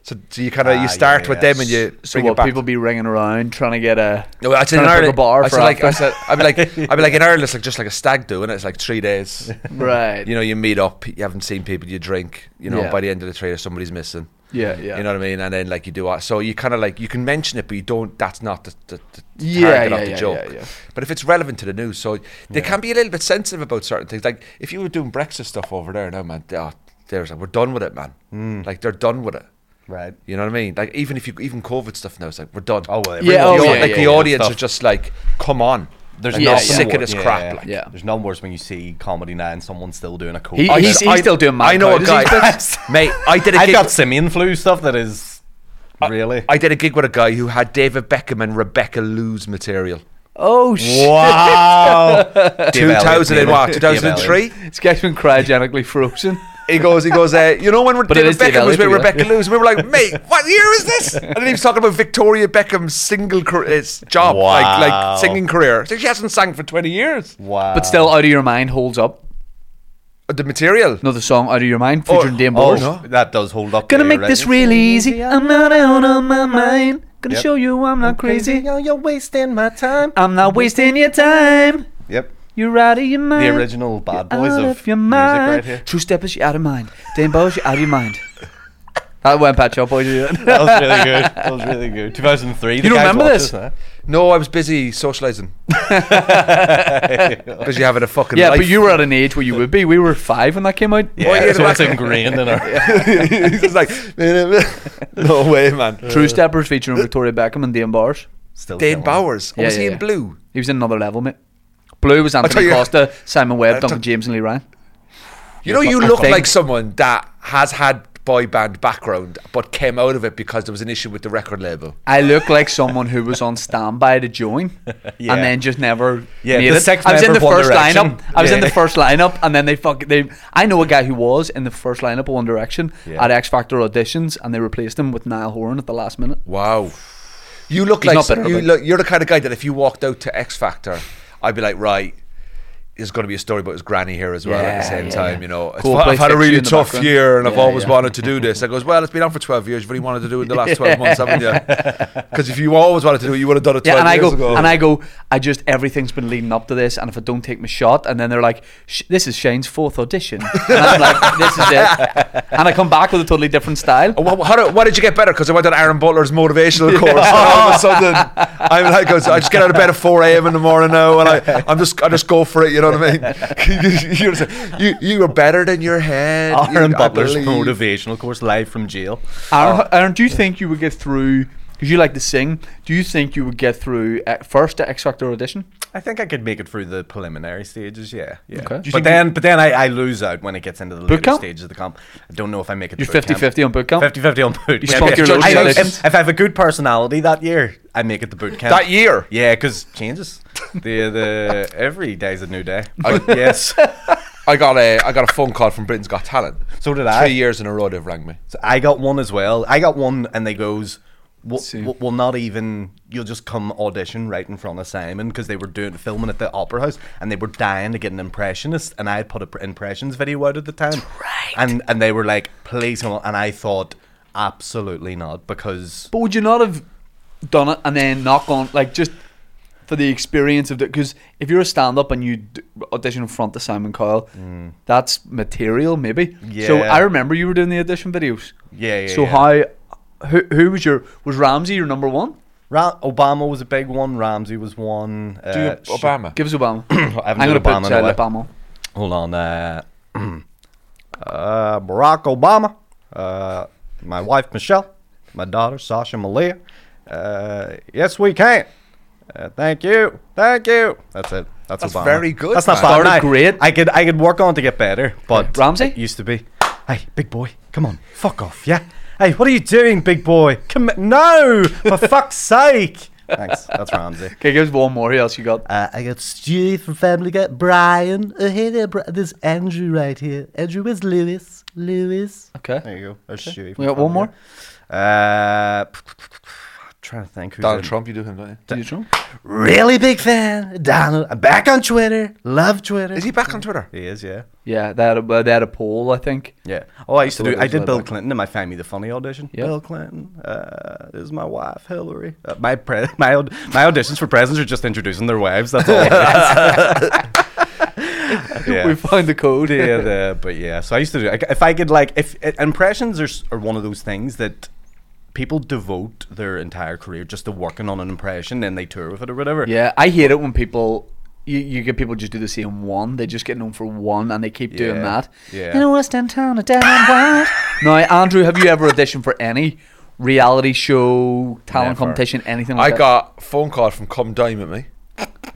B: So, so you kind of
C: Ah,
B: you start with
C: yes.
B: them and you
A: So
B: bring it
A: what
B: back
A: people be ringing around trying to get a
B: no, I said
A: trying
B: in
A: to pick
B: Ireland,
A: a bar
B: I
A: for
B: said like, I
A: after.
B: said, I'd be like, I'd be like in Ireland, it's like just like a stag do, and it's like three days.
A: right.
B: You know, you meet up, you haven't seen people, you drink. You know,
A: Yeah.
B: by the end of the trailer, somebody's missing.
A: yeah, yeah.
B: You know what I mean? And then like you do, so you kind of like you can mention it, but you don't. That's not the, the, the
A: Yeah,
B: target
A: yeah,
B: of the
A: yeah,
B: joke.
A: yeah, yeah.
B: But if it's relevant to the news, so they can be a little bit sensitive about certain things. Like if you were doing Brexit stuff over there now, man, oh, there's we're done with it, man.
A: Hmm.
B: Like they're done with it.
C: Right.
B: You know what I mean? Like even if you even COVID stuff now, it's like we're done.
C: Oh, well,
A: Yeah,
C: everyone's
A: oh,
C: doing
A: yeah,
B: The- like
A: yeah,
B: the
A: yeah.
B: audience
C: stuff.
B: are just like, come on.
C: There's
B: Like,
A: yeah,
C: no
B: they're
A: yeah.
B: sick of this crap. Like,
A: Yeah.
C: There's none worse when you see comedy now and someone's still doing a cool.
A: He-
C: bit.
A: he's-
B: I-
A: still doing
B: I know a
A: mad cow
B: guy,
A: disease.
B: mate. I did a
C: I've
B: gig.
C: got simian flu stuff that is really.
B: I did a gig with a guy who had David Beckham and Rebecca Lou's material.
A: Oh shit!
C: wow.
B: Two thousand and what? Two thousand and three.
A: This guy's been cryogenically frozen.
B: He goes, he goes. Uh, you know when
A: But it
B: David
A: is Dave
B: Beckham was with
A: Elliott, yeah.
B: Rebecca Lewis, we were like, mate, what year is this? And then he was talking about Victoria Beckham's single career, it's job, like
C: Wow.
B: like singing career. So she hasn't sang for twenty years. Uh,
C: Wow.
A: But still, out of your mind holds up.
B: The material.
A: Another song, out of your mind, featuring
B: Oh,
A: Dame
C: Oh,
A: Boris.
C: that does hold up.
A: Gonna
C: there,
A: make
C: right?
A: this real easy. I'm not out of my mind. Gonna
C: Yep.
A: show you I'm not crazy. Oh.
C: Yo, you're wasting my time.
A: I'm not wasting your time.
C: Yep.
A: You're out of your mind.
C: The original bad boys
A: out
C: of,
A: of your
C: music
A: mind.
C: right here.
A: Two steppers, you're out of mind. Dame Boris, you're out of your mind. That went patch up, boys. You
C: That was really good. That was really good. 2003. You
A: don't remember this?
B: No, I was busy socialising. Because you having a fucking
A: Yeah,
B: life.
A: but you were at an age where you would be. We were five when that came out.
C: Yeah,
B: yeah,
C: so
B: the
C: it's
B: back-
C: ingrained in our.
B: He's just like, no way, man.
A: True Steppers featuring Victoria Beckham and Dame Boris.
C: Still
B: Dane
C: killing it.
B: Bowers. Oh,
A: Yeah,
B: was
A: yeah,
B: he
A: yeah.
B: in blue?
A: He was in another level, mate. Blue was
B: tell
A: Anthony
B: you-
A: Costa, Simon
B: I
A: Webb,
B: tell-
A: Duncan James, and Lee Ryan.
B: You know, you
A: I
B: look
A: think-
B: like someone that has had boy band background, but came out of it because there was an issue with the record label.
A: I look like someone who was on standby to join,
C: Yeah.
A: and then just never
C: Yeah,
A: made
C: the
A: it.
C: sex
A: I was in
C: member
A: the
C: of One
A: first
C: Direction.
A: lineup. I was in
C: Yeah.
A: the first lineup, and then they fuck. They. I know a guy who was in the first lineup of One Direction
C: Yeah.
A: at X Factor auditions, and they replaced him with Niall Horan at the last minute.
B: Wow. You look
A: He's
B: like
A: not bitter
B: you
A: about it.
B: look, you're the kind of guy that if you walked out to X Factor, I'd be like, right, there's going to be a story about his granny here as well. at
A: Yeah,
B: the same
A: yeah,
B: time,
A: yeah.
B: you know, It's
A: Cool
B: fu-
A: play
B: I've had
A: fits
B: a
A: you
B: really
A: in the
B: tough
A: background.
B: year and I've
A: Yeah,
B: always
A: yeah.
B: wanted to do this. I goes, well, it's been on for 12 years. You've really wanted to do it in the last 12 months, haven't you? Because if you always wanted to do it, you would have done it 12
A: Yeah, and I
B: years
A: go,
B: ago.
A: and I go, I just everything's been leading up to this, and if I don't take my shot, and then they're like, "Sh- "This is Shane's fourth audition," and I'm like, "This is it," and I come back with a totally different style.
B: Oh, wha- how do- why did you get better? Because I went on Aaron Butler's motivational course. And all of a sudden, I'm like, I just get out of bed at 4 a.m. in the morning now, and I, I'm just, I just go for it. You know what I mean? you, you, you were better than your head. You-
C: Aaron
B: I
C: Butler's
B: believe.
C: motivational course live from jail.
A: Aaron, Aaron, do you think you would get through? Because you like to sing, do you think you would get through at first at X Factor audition?
C: I think I could make it through the preliminary stages. Yeah, yeah.
A: Okay. Do you
C: But
A: think
C: then, but then I, I lose out when it gets into the later
A: camp?
C: stages of the comp. I don't know if I make it.
A: You're
C: to boot
A: 50
C: camp.
A: 50 on boot camp?
C: 50-50 on boot.
A: You
C: camp.
A: smoke
B: your
C: I-
B: loads of
C: if, if I have a good personality that year, I make it to boot camp.
B: That year?
C: yeah, because changes. the the every day's a new day. But yes,
B: I got a, I got a phone call from Britain's Got Talent.
C: so did
B: Three
C: I.
B: years in a row they've rang me.
C: So I got one as well. I got one, and they goes, "Well,
A: See.
C: well, well, not even. You'll just come audition right in front of Simon because they were doing filming at the Opera House, and they were dying to get an impressionist, and I had put an impressions video out at the time, right? And and they were like, "Please come," on," and I thought, "Absolutely not," because
A: But would you not have done it and then not gone, like, just for the experience of it? Because if you're a stand up and you d- audition in front of Simon Coyle, that's material, maybe. So
C: Mm. Yeah.
A: I remember you were doing the audition videos.
C: yeah, yeah.
A: so
C: yeah.
A: how, who, who was your, was Ramsey your number one?
C: Ra- Obama was a big one. Ramsey was one.
B: Do you,
C: Uh, sh-
B: Obama.
A: Give us Obama.
C: I haven't
A: I'm
C: done
A: going to
C: Obama
A: put
C: in a
A: uh,
C: while.
A: Obama.
C: Hold on. Uh, uh, Barack Obama, uh, my wife Michelle, my daughter Sasha Malia. Uh, yes, we can. Uh, thank you, thank you. That's it. That's,
B: That's
C: Obama.
B: very good,
C: That's not
B: man.
C: bad.
A: Started
C: I-
A: great.
C: I could I could work on to get better, but
A: Ramsey?
C: it used to be. Hey, big boy, come on, fuck off, yeah. Hey, what are you doing, big boy? Come no, for fuck's sake. Thanks. That's Ramsey.
A: Okay, give us one more. Who else you got?
C: Uh, I got Stewie from Family Guy. Brian. Oh, hey there, Bri- There's Andrew right here. Andrew, where's Lewis? Lewis.
A: Okay.
C: There you go. There's Stewie.
A: We got one more?
C: Uh, trying to think. Who's
B: Donald
C: in-
B: Trump, you do him, don't you?
A: Do you Trump?
C: Really big fan. Donald. I'm back on Twitter. Love Twitter.
B: Is he back on Twitter?
C: He is, yeah.
A: Yeah, they had, a, uh, they had a poll, I think.
C: Yeah. Oh, I used to
B: That's the
C: do.
B: way
C: I
B: it was
C: did
B: led
C: Bill
B: back.
C: Clinton in my Family the Funny audition.
A: Yeah.
C: Bill Clinton. Uh, this is my wife, Hillary. Uh, my pre- my aud- my auditions for presidents are just introducing their wives. That's all. it is. yeah.
A: We found the code.
C: yeah, the- but yeah. So I used to do. If I could, like, if i- impressions are s- are one of those things that people devote their entire career just to working on an impression, and they tour with it or whatever.
A: Yeah, I hate it when people you, you get people just do the same one. They just get known for one, and they keep doing
C: Yeah,
A: that.
C: yeah.
A: You know what's downtown, a down wild. now, Andrew, have you ever auditioned for any reality show, talent
C: Never.
A: competition, anything
B: I
A: like that?
B: got a phone call from Come Dime at me.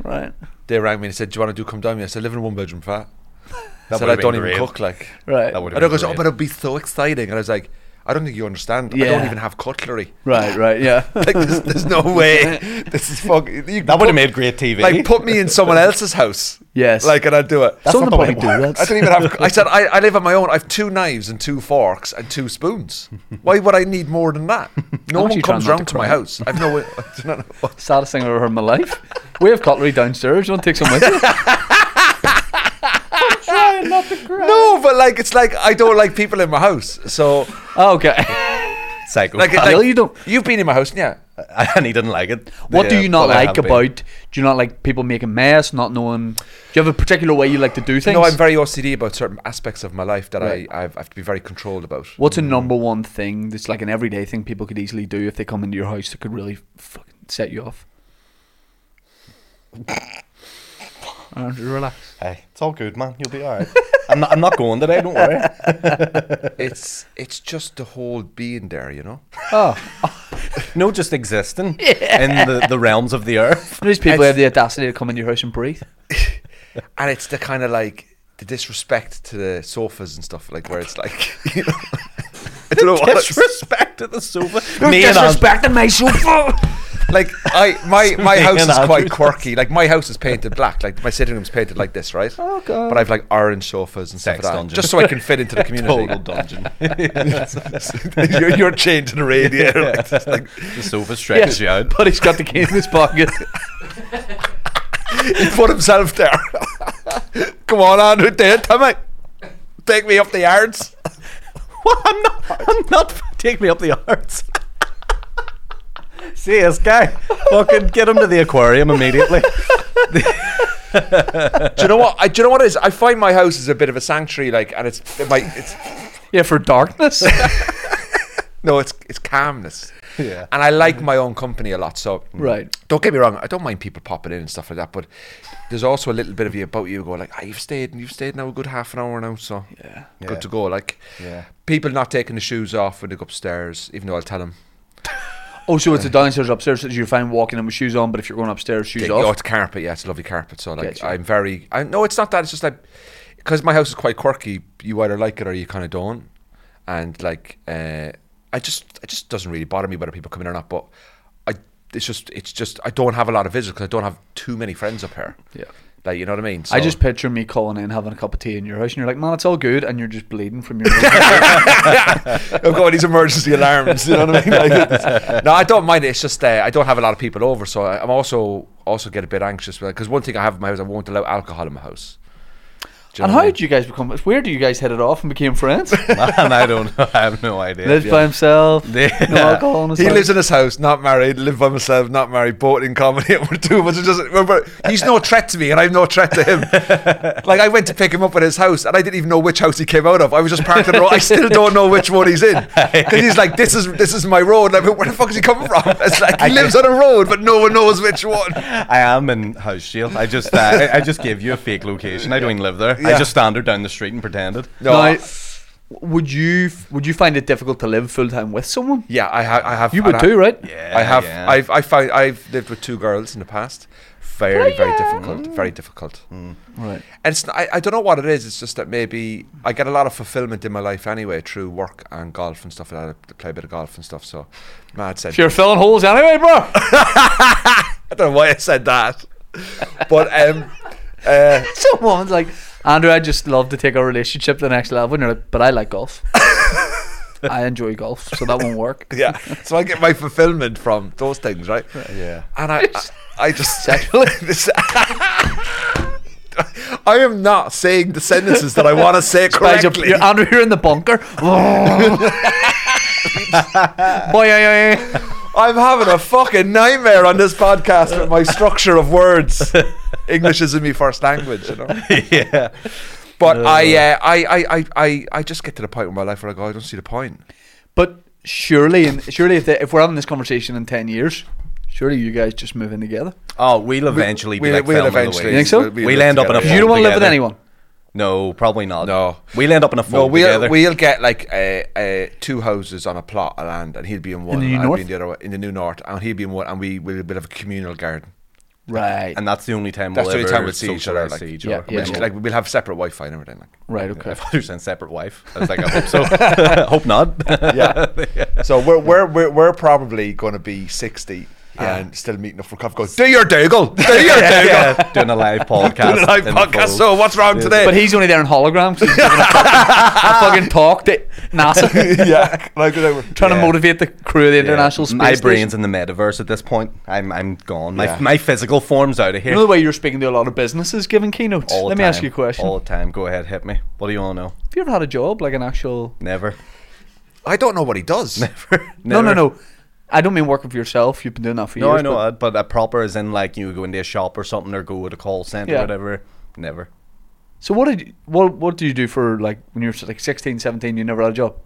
A: right,
B: They rang me and said, Do you want to do Come Dime? I said, I live in a one bedroom flat. I
C: That
B: said, I
C: would've been
B: don't even
C: great.
B: cook. Like,
A: right,
C: That would
B: And I
C: have
B: goes,
C: been
B: oh, but
C: great.
B: it'd be so exciting. And I was like, I don't think you understand. I
A: Yeah.
B: don't even have cutlery.
A: right, right. Yeah,
B: Like, there's, there's no way. This is fucking. You
C: That would
B: put-
C: have made great TV.
B: Like, put me in someone else's house.
A: Yes.
B: Like, and I'd do it.
A: some
C: not the
A: probably
C: way it
A: do
B: I
A: that.
B: don't even have. I said, I, I live on my own. I have two knives and two forks and two spoons. Why would I need more than that? No
A: I'm
B: one
A: actually trying
B: comes
A: not to
B: round to my
A: cry.
B: house. I've no. I do not know.
A: Saddest thing I've ever heard in my life. We have cutlery downstairs. You want to take some with you?
B: No, but like, it's like I don't like people in my house. So,
A: Oh, okay.
C: Psycho.
B: like,
A: Well,
B: like
A: you don't-
B: You've been in my house, yeah.
C: and he didn't like it.
A: What do
C: Yeah,
A: you not
C: but I
A: like
C: have been.
A: about? Do you not like people making mess, not knowing? Do you have a particular way you like to do things?
B: No, I'm very OCD about certain aspects of my life that
A: Right.
B: I, I've, I have to be very controlled about.
A: What's a number one thing that's like an everyday thing people could easily do if they come into your house that could really fucking set you off? Andrew, relax.
C: Hey, it's all good, man. You'll be all right. I'm not, I'm not going today. Don't worry.
B: It's it's just the whole being there, you know.
A: Oh,
C: No, just existing in the, the realms of the earth.
A: these people have the audacity to come into your house and breathe.
B: And it's the kind of like the disrespect to the sofas and stuff, like where it's like, you know, I don't know what it's-
C: Disrespect to the sofa.
A: disrespecting my sofa.
B: like I my my
C: Me
B: house
C: and
B: is quite
C: Andrew's
B: quirky. Like my house is painted black. Like my sitting room's painted like this, right?
A: Oh, God.
B: But I've like orange sofas and
C: Sex
B: stuff like that,
C: dungeon.
B: just so I can fit into the community.
C: Total dungeon.
B: you're, you're changing the radiator. Like, just like
C: the sofa stretches you out.
A: but he's got the key in his pocket.
B: he put himself there. Come on, Andrew, did Tommy? Take me up the yards.
C: Well, I'm not. I'm not. Take me up the arts. See this guy. Fucking get him to the aquarium immediately.
B: do you know what? I, do you know what it is? I find my house is a bit of a sanctuary, like, and it's it might, it's
A: Yeah, for darkness.
B: no, it's it's calmness.
C: Yeah.
B: And I like my own company a lot, so
A: Right.
B: Don't get me wrong, I don't mind people popping in and stuff like that, but there's also a little bit of you about you going like, ah, you've stayed and you've stayed now a good half an hour now, so
A: Yeah.
B: good
C: Yeah.
B: to go. Like,
C: Yeah.
B: people not taking the shoes off when they go upstairs, even though I'll tell them,
A: Oh, so it's a downstairs upstairs that you're fine walking in with shoes on, but if you're going upstairs, shoes
B: Yeah, Oh,
A: off.
B: it's carpet. Yeah, it's a lovely carpet. So like,
A: Getcha.
B: I'm very. I no, it's not that. It's just like because my house is quite quirky. You either like it or you kind of don't. And like, uh, I just it just doesn't really bother me whether people come in or not. But I it's just it's just I don't have a lot of visitors because I don't have too many friends up here.
A: Yeah.
B: Like you know what I mean. So,
A: I just picture me calling in, having a cup of tea in your house, and you're like, "Man, it's all good," and you're just bleeding from your.
B: oh god, these emergency alarms. You know what I mean? Like, it's- no, I don't mind it. It's just uh, I don't have a lot of people over, so I, I'm also also get a bit anxious because one thing I have in my house, I won't allow alcohol in my house. Do you
A: and
B: know
A: how
B: what I mean?
A: did you guys become? It's weird. Do you guys hit it off and became friends?
C: Man, I don't know. I have no idea.
A: Lives by himself.
C: Yeah.
A: No alcohol in his
B: He
A: life.
B: lives in his house, not married, live by myself, not married, both in comedy. We're two of us. It doesn't remember, he's no threat to me, and I'm no threat to him. like I went to pick him up at his house, and I didn't even know which house he came out of. I was just parked on the road. I still don't know which one he's in because he's like, "This is this is my road." And I'm like, where the fuck is he coming from? It's like he lives on a road, but no one knows which one.
C: I am in house shield. I just uh, I, I just gave you a fake location. I don't even live there.
B: Yeah.
C: I just standard down the street and pretended.
B: No,
A: Now, would you would you find it difficult to live full time with someone?
B: Yeah, I, ha- I have.
A: You
B: and
A: would
B: I-
A: too, right?
C: Yeah,
B: I have.
C: yeah.
B: I've. I find. I've lived with two girls in the past. Very, very difficult. Very difficult.
A: Right.
B: And it's, I, I don't know what it is. It's just that maybe I get a lot of fulfillment in my life anyway through work and golf and stuff. like that. I play a bit of golf and stuff. So, mad said.
A: If you're filling holes anyway, bro.
B: I don't know why I said that. But um, uh,
A: Someone's like, Andrew, I just love to take our relationship to the next level. And you're like, but I like golf. I enjoy golf, so that won't work.
B: yeah. So I get my fulfillment from those things, right?
C: Yeah.
B: And I, I, I just
A: Sexually?
B: This- I am not saying the sentences that I want to say
A: Guys, you're-
B: correctly.
A: you're- Andrew, you're in the bunker. Boy, aye, aye, aye.
B: I'm having a fucking nightmare on this podcast with my structure of words. English isn't my first language, you know.
C: yeah.
B: But I, uh, I, I, I, I, I just get to the point in my life where I go, I don't see the point.
A: But surely, and surely, if, the, if we're having this conversation in ten years, surely you guys just move in together.
C: Oh, we'll eventually be like
B: we'll
C: Thelma and
B: eventually.
A: You
C: Louise.
A: think so?
B: we'll
C: We'll
B: live
C: end up in a
B: together.
C: All
A: you don't want to live with
C: together.
A: anyone.
C: No, probably not.
B: No.
C: We'll end up in a fold
B: No, we'll
C: together.
B: we'll get like uh, uh, two houses on a plot of land, and he'll be in one,
A: the new
B: and I'll
A: north?
B: be in the other, one- in the new north, and he'll be in one, and we will be a bit of a communal garden.
A: Right.
C: and that's the only time
B: That's
C: we'll
B: the only
C: ever
B: time we'll see each other,
C: socialise,
B: like-
C: see each
A: Yeah,
C: other.
A: yeah.
B: Which, like we'll have separate Wi-Fi and everything. Like.
A: right. Okay.
C: I thought you said separate wife. I was like, I hope so. hope not.
B: Yeah. So we're we're we're, we're probably going to be sixty
A: Yeah.
B: and still meeting up for coffee. Go do your Dougal, do your
C: Yeah,
B: Dougal.
C: yeah, doing a live podcast.
B: Doing a live
C: in the
B: podcast.
C: fold.
B: So what's wrong today?
A: But he's only there in hologram. 'cause he's giving a fucking, a fucking talk to NASA,
B: yeah, like whatever.
A: trying to
C: Yeah.
A: motivate the crew of the
C: Yeah.
A: International Space
C: My
A: Station.
C: brain's in the metaverse at this point. I'm I'm gone. My
B: Yeah.
C: my physical form's out of here.
A: You know the way you're speaking to a lot of businesses giving keynotes.
C: All the
A: Let me ask
C: time.
A: you a question.
C: All the time. Go ahead, hit me. What do you want to know?
A: Have you ever had a job like an actual?
C: Never.
B: I don't know what he does.
C: Never.
A: No, no, no. I don't mean working for yourself. You've been doing that for
C: No,
A: years.
C: I know,
A: but-
C: uh, but a proper is in like you go into a shop or something or go to a call center
A: Yeah.
C: or whatever. Never.
A: So what did you, what what do you do for like when you're like 16, 17, You never had a job.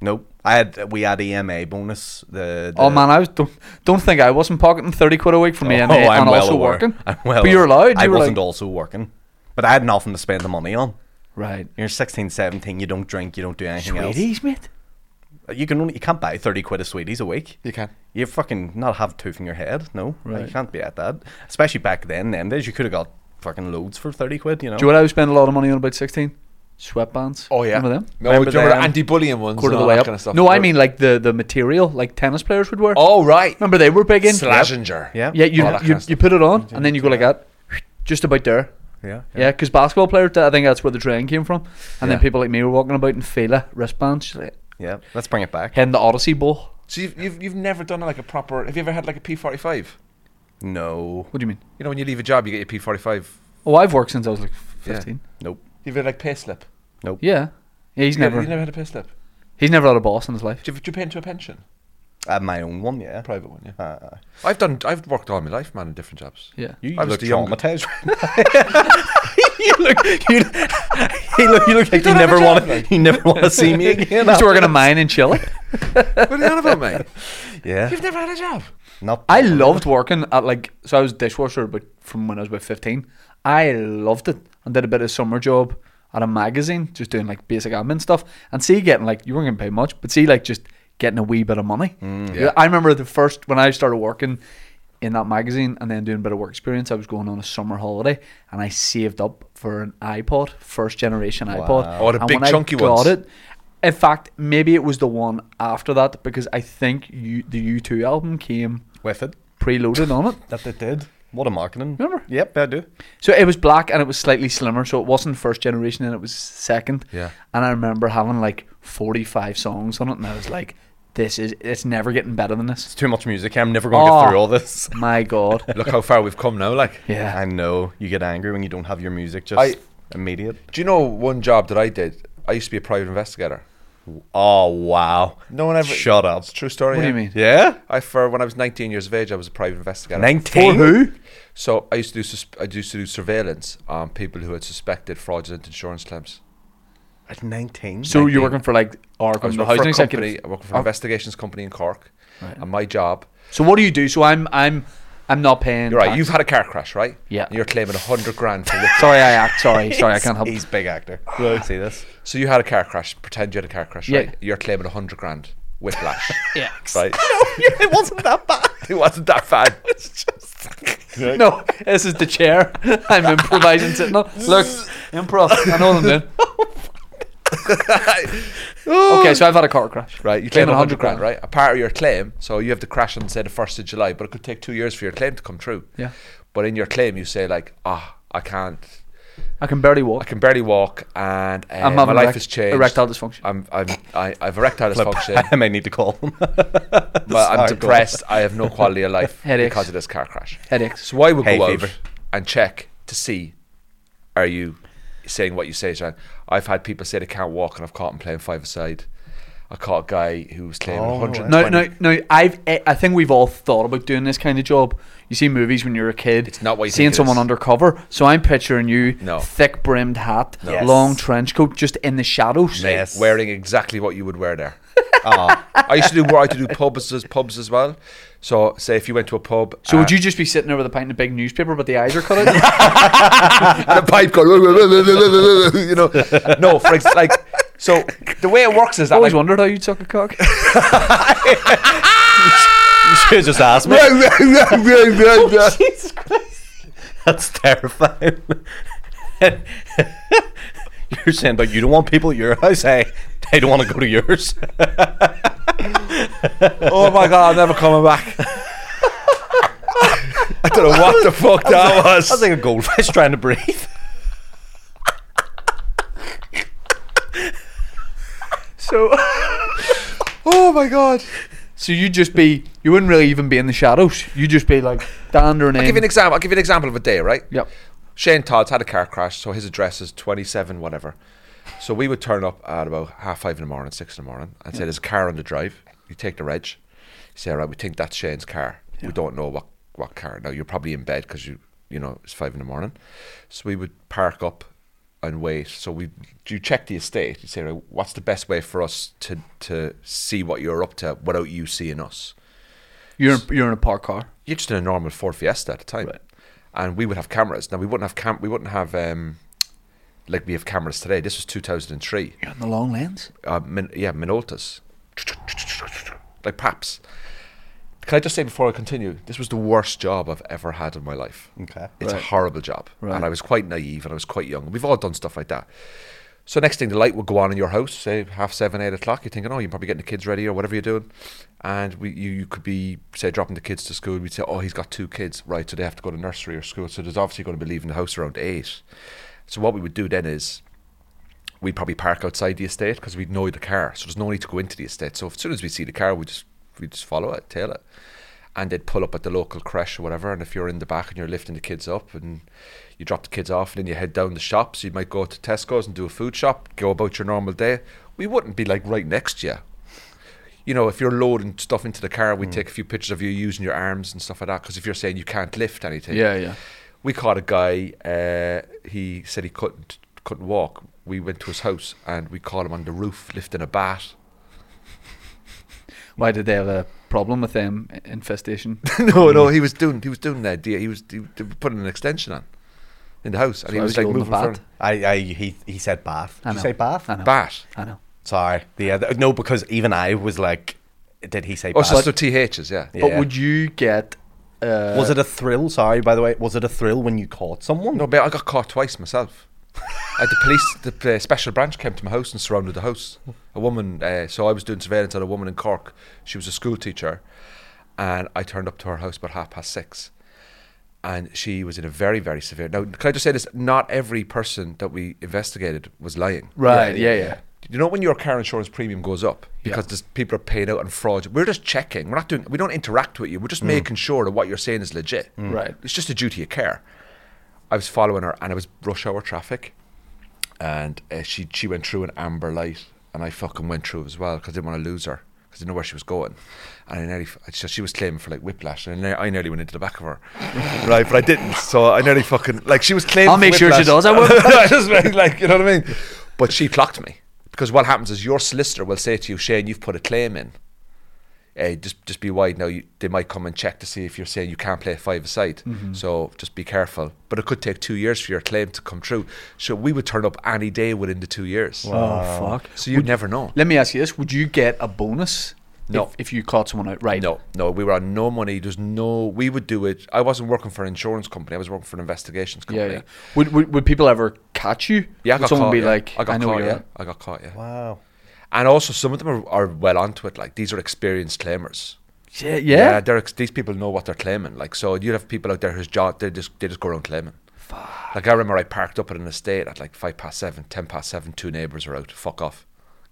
C: Nope. I had we had EMA bonus. The, the
A: oh man, I was don't, don't think I wasn't pocketing thirty quid a week
C: Oh,
A: from me
B: Oh,
A: and, eh, and also
C: aware.
A: working.
C: I'm well
A: but you're
C: aware.
A: allowed.
C: I
A: you were
C: wasn't
A: like-
C: also working, but I had nothing to spend the money on.
A: right.
C: You're 16, 17. You don't drink. You don't do anything
A: Sweeties, mate.
C: else. You can only you can't buy thirty quid of sweeties a week.
B: You can.
C: You fucking not have two from your head. No, Like,
A: Right.
C: you can't be at that. Especially back then. Them days, you could have got fucking loads for thirty quid. You know.
A: Do you know what I was spending a lot of money on about sixteen? Sweatbands.
B: Oh yeah.
A: Remember them?
B: No,
C: Remember
B: do you remember
C: them?
B: anti-bullying ones?
A: Quarter
B: and
A: of the
B: all
A: way
B: that
A: up.
B: kind of stuff?
A: no, I mean like the the material like tennis players would wear.
B: Oh right.
A: Remember they were big in
B: Slazenger.
C: Yeah.
A: Yeah, you
B: All that
A: you,
B: kind of
A: you
B: stuff.
A: put it on and then you go like that, just about there.
C: Yeah.
A: Yeah, because basketball players, I think that's where the trend came from. And then
C: Yeah.
A: people like me were walking about in Fela wristbands, just like,
C: Yeah. Let's bring it back.
A: heading the Odyssey Bowl.
B: So you've, you've you've never done like a proper. Have you ever had like a P forty five?
C: No.
A: What do you mean?
B: You know when you leave a job, you get your P forty five.
A: Oh, I've worked since I was like
B: Yeah.
A: 15.
C: Nope.
B: You've had like pay slip.
A: Yeah. Yeah, he's
B: You
A: never,
B: You never had a pay slip.
A: he's never had a boss in his life.
B: Do you, do you pay into a pension?
C: I had my own one. Yeah.
B: A private one, yeah.
C: Uh,
B: I've done. I've worked all my life, man, in different jobs.
A: Yeah.
C: you
B: I was
C: look
B: the younger-
C: traumatized. you look. You, you look. You look like you,
B: don't have
C: never
B: a
C: want
B: job,
C: to.
B: like.
C: You never want to see me again.
A: He's working a mine in Chile.
B: what are you on about, mate?
C: Yeah.
B: You've never had a job.
C: Not.
A: I loved working at like, so I was dishwasher but from when I was about 15. I loved it and did a bit of summer job at a magazine, just doing like basic admin stuff. And see, getting like, you weren't getting paid much, but see, like, just getting a wee bit of money.
B: Mm, Yeah.
A: I remember the first, when I started working in that magazine and then doing a bit of work experience, I was going on a summer holiday and I saved up for an iPod, first generation iPod.
B: Oh, the
A: and
B: big
A: when
B: chunky
A: I got
B: ones.
A: it, in fact, maybe it was the one after that because I think you, the U2 album came
C: with it.
A: preloaded on it.
C: That they did. What a marketing.
A: Remember?
C: Yep, I do.
A: So it was black and it was slightly slimmer, so it wasn't first generation and it was second.
B: Yeah.
A: And I remember having like 45 songs on it, and I was like, this is, it's never getting better than this.
C: It's too much music. I'm never going to
A: Oh.
C: get through all this.
A: My God.
B: Look how far we've come now. Like,
A: Yeah.
C: I know you get angry when you don't have your music just
B: I-
C: immediate.
B: do you know one job that I did? I used to be a private investigator.
C: Oh wow!
B: No one ever.
C: Shut up.
B: It's a true story.
A: What do you
B: yeah.
A: mean?
C: Yeah.
B: I for when I was 19 years of age, I was a private investigator.
A: For
C: Nineteen.
A: who?
B: So I used to do sus- I used to do surveillance on people who had suspected fraudulent insurance claims.
C: At nineteen.
A: So you're
C: 19.
A: working for like
B: I
A: Arkham,
B: was
A: the
B: working for
A: housing
B: a company.
A: executive.
B: I worked for an investigations company in Cork,
A: Right.
B: and my job
A: So what do you do? So I'm, I'm I'm not paying.
B: You're right.
A: tax.
B: You've had a car crash, right?
A: Yeah.
B: And you're claiming a hundred grand for whipping.
A: Sorry, I act. Sorry, sorry, I can't help.
C: He's big actor. See this?
B: So you had a car crash. Pretend you had a car crash,
A: Yeah.
B: right? You're claiming a hundred grand whiplash,
A: Yeah.
B: right?
C: it wasn't that bad.
B: It wasn't that bad.
A: No, this is the chair. I'm improvising sitting on. Look, improv. I know what I'm doing. Okay, so I've had a car crash.
B: Right, you claim
A: Claiming 100
B: a hundred grand, right? A part of your claim, so you have to crash on say the first of July, but it could take two years for your claim to come true.
A: Yeah.
B: But in your claim, you say like, ah, I can't,
A: I can barely
B: I
A: walk.
B: can barely walk, and uh,
A: I'm
B: my
A: having
B: life
A: erect-
B: has changed.
A: erectile dysfunction.
B: I'm, I'm, I, I've erectile dysfunction,
C: I may need to call him.
B: but I'm
C: Sorry.
B: depressed. I have no quality of life
A: Headaches.
B: because of this car crash.
A: Headaches.
B: So I would
C: Hay
B: go
C: fever.
B: out and check to see, are you saying what you say, John? I've had people say they can't walk, and I've caught them playing five aside. I caught a guy who was claiming
C: Oh,
B: 120.
A: No, no, no. I've. eh, I think we've all thought about doing this kind of job. You see movies when you're a kid.
B: It's not what you
A: seeing
B: think it
A: someone
B: is.
A: undercover. So I'm picturing you,
B: No.
A: thick brimmed hat,
C: No. Yes.
A: long trench coat, just in the shadows.
B: mate,
C: Yes.
B: wearing exactly what you would wear there.
C: Ah,
B: I used to do what I do pubs as pubs as well. So say if you went to a pub,
A: So
B: uh,
A: would you just be sitting there with a pint of big newspaper, but the eyes are cut out?
B: and a pipe going, you know, no, for ex- like, so the way it works is
A: I
B: that
A: always
B: like,
A: wondered how you'd suck a cock.
C: you should have just asked me.
B: Oh,
A: Jesus Christ!
C: That's terrifying. You're saying, but you don't want people at your house. Hey, they don't want to go to yours.
B: oh my god, I'm never coming back. I don't know what the fuck that was.
C: That's like a goldfish trying to breathe.
A: So,
B: oh my god.
A: so you'd just be. You wouldn't really even be in the shadows. You'd just be like dandering
B: I'll give you an
A: in.
B: example. I'll give you an example of a day, right?
A: Yep.
B: Shane Todd's had a car crash, so his address is 27 whatever. So we would turn up at about half five in the morning, six in the morning, and say there's a car on the drive. You take the reg. You say, all right, we think that's Shane's car. We don't know what, what car. Now, you're probably in bed because you, you know, it's five in the morning. So we would park up and wait. So we you check the estate. You say, right, what's the best way for us to, to see what you're up to without you seeing us?
A: You're you're in a parked car.
B: you're just in a normal Ford Fiesta at the time, and we would have cameras. Now we wouldn't have cam, we wouldn't have um, like we have cameras today. This was 2003.
A: You're in the long lens.
B: Uh, min, yeah, Minoltas, like Paps. Can I just say before I continue, this was the worst job I've ever had in my life.
C: Okay.
B: it's
A: Right.
B: a horrible job,
A: Right.
B: and I was quite naive and I was quite young. We've all done stuff like that. So next thing, the light would go on in your house, say half seven, eight o'clock. You're thinking, oh, you're probably getting the kids ready or whatever you're doing, and we, you, you could be say dropping the kids to school. We'd say, oh, he's got two kids, right? So they have to go to nursery or school. So there's obviously going to be leaving the house around eight. So what we would do then is we'd probably park outside the estate because we'd know the car, so there's no need to go into the estate. So as soon as we see the car, we just we just follow it, tail it, and they'd pull up at the local creche or whatever. And if you're in the back and you're lifting the kids up and you drop the kids off, and then you head down the shops, you might go to Tesco's and do a food shop, go about your normal day. We wouldn't be like right next to you. You know, if you're loading stuff into the car, we would take a few pictures of you using your arms and stuff like that. Because if you're saying you can't lift anything,
A: yeah.
B: we caught a guy. Uh, he said he couldn't couldn't walk. We went to his house and we caught him on the roof lifting a bat.
A: Why did they have a problem with them infestation?
B: no, no, he was doing he was doing that. dear. He was he, was putting an extension on in the house, and
A: So
B: he
A: I
B: was,
A: was
B: like
A: holding a
B: moving from
A: bat.
C: I, I, he, he said bath.
A: I
C: Did you
A: know.
C: say bath?
A: I know.
B: bat.
A: I know.
C: Sorry. The other, no, because even I was like, did he say
B: Oh,
C: bath?
B: so, so THs, yeah.
C: Yeah.
A: But would you get? Uh,
C: was it a thrill? Sorry, by the way, was it a thrill when you caught someone?
B: No, but I got caught twice myself. uh, the police, the uh, special branch came to my house and surrounded the house. A woman, uh, so I was doing surveillance on a woman in Cork. She was a school teacher, and I turned up to her house about half past six. And she was in a very, very severe. Now, can I just say this? Not every person that we investigated was lying.
A: Right. Yeah. Yeah.
B: You know when your car insurance premium goes up because there's people are paying out on fraud. We're just checking. We're not doing. We don't interact with you. We're just making sure that what you're saying is legit.
A: Right.
B: It's just a duty of care. I was following her, and it was rush hour traffic, and uh, she she went through an amber light, and I fucking went through as well because I didn't want to lose her because I didn't know where she was going, and I nearly f- so she was claiming for like whiplash, and I ne- I nearly went into the back of her, right? But I didn't, so I nearly fucking like she was claiming.
A: I'll
B: for
A: make sure she
B: whiplash.
A: does, I will.
B: I just mean, like, you know what I mean? But she clocked me because what happens is your solicitor will say to you, Shane, you've put a claim in. uh, just just be wide now. You, they might come and check to see if you're saying you can't play five aside.
A: Mm-hmm.
B: So just be careful. But it could take two years for your claim to come true. So we would turn up any day within the two years.
A: Oh fuck!
B: So you never know.
A: Let me ask you this: Would you get a bonus?
B: No.
A: If, if you caught someone out, right?
B: No, no, we were on no money. There's no. We would do it. I wasn't working for an insurance company. I was working for an investigations
A: Yeah.
B: company.
A: yeah. Would, would would people ever catch you?
B: Yeah, I
A: would
B: got
A: someone
B: caught.
A: be
B: yeah.
A: like,
B: I got
A: know
B: caught.
A: you're
B: Yeah.
A: out.
B: I got caught. Yeah.
C: Wow.
B: And also, some of them are, are well onto it. Like these are experienced claimers.
A: Yeah, yeah.
B: they're ex- these people know what they're claiming. Like so, you have people out there whose job they just they just go around claiming. Like I remember, I parked up at an estate at like five past seven, ten past seven. Two neighbours are out. Fuck off.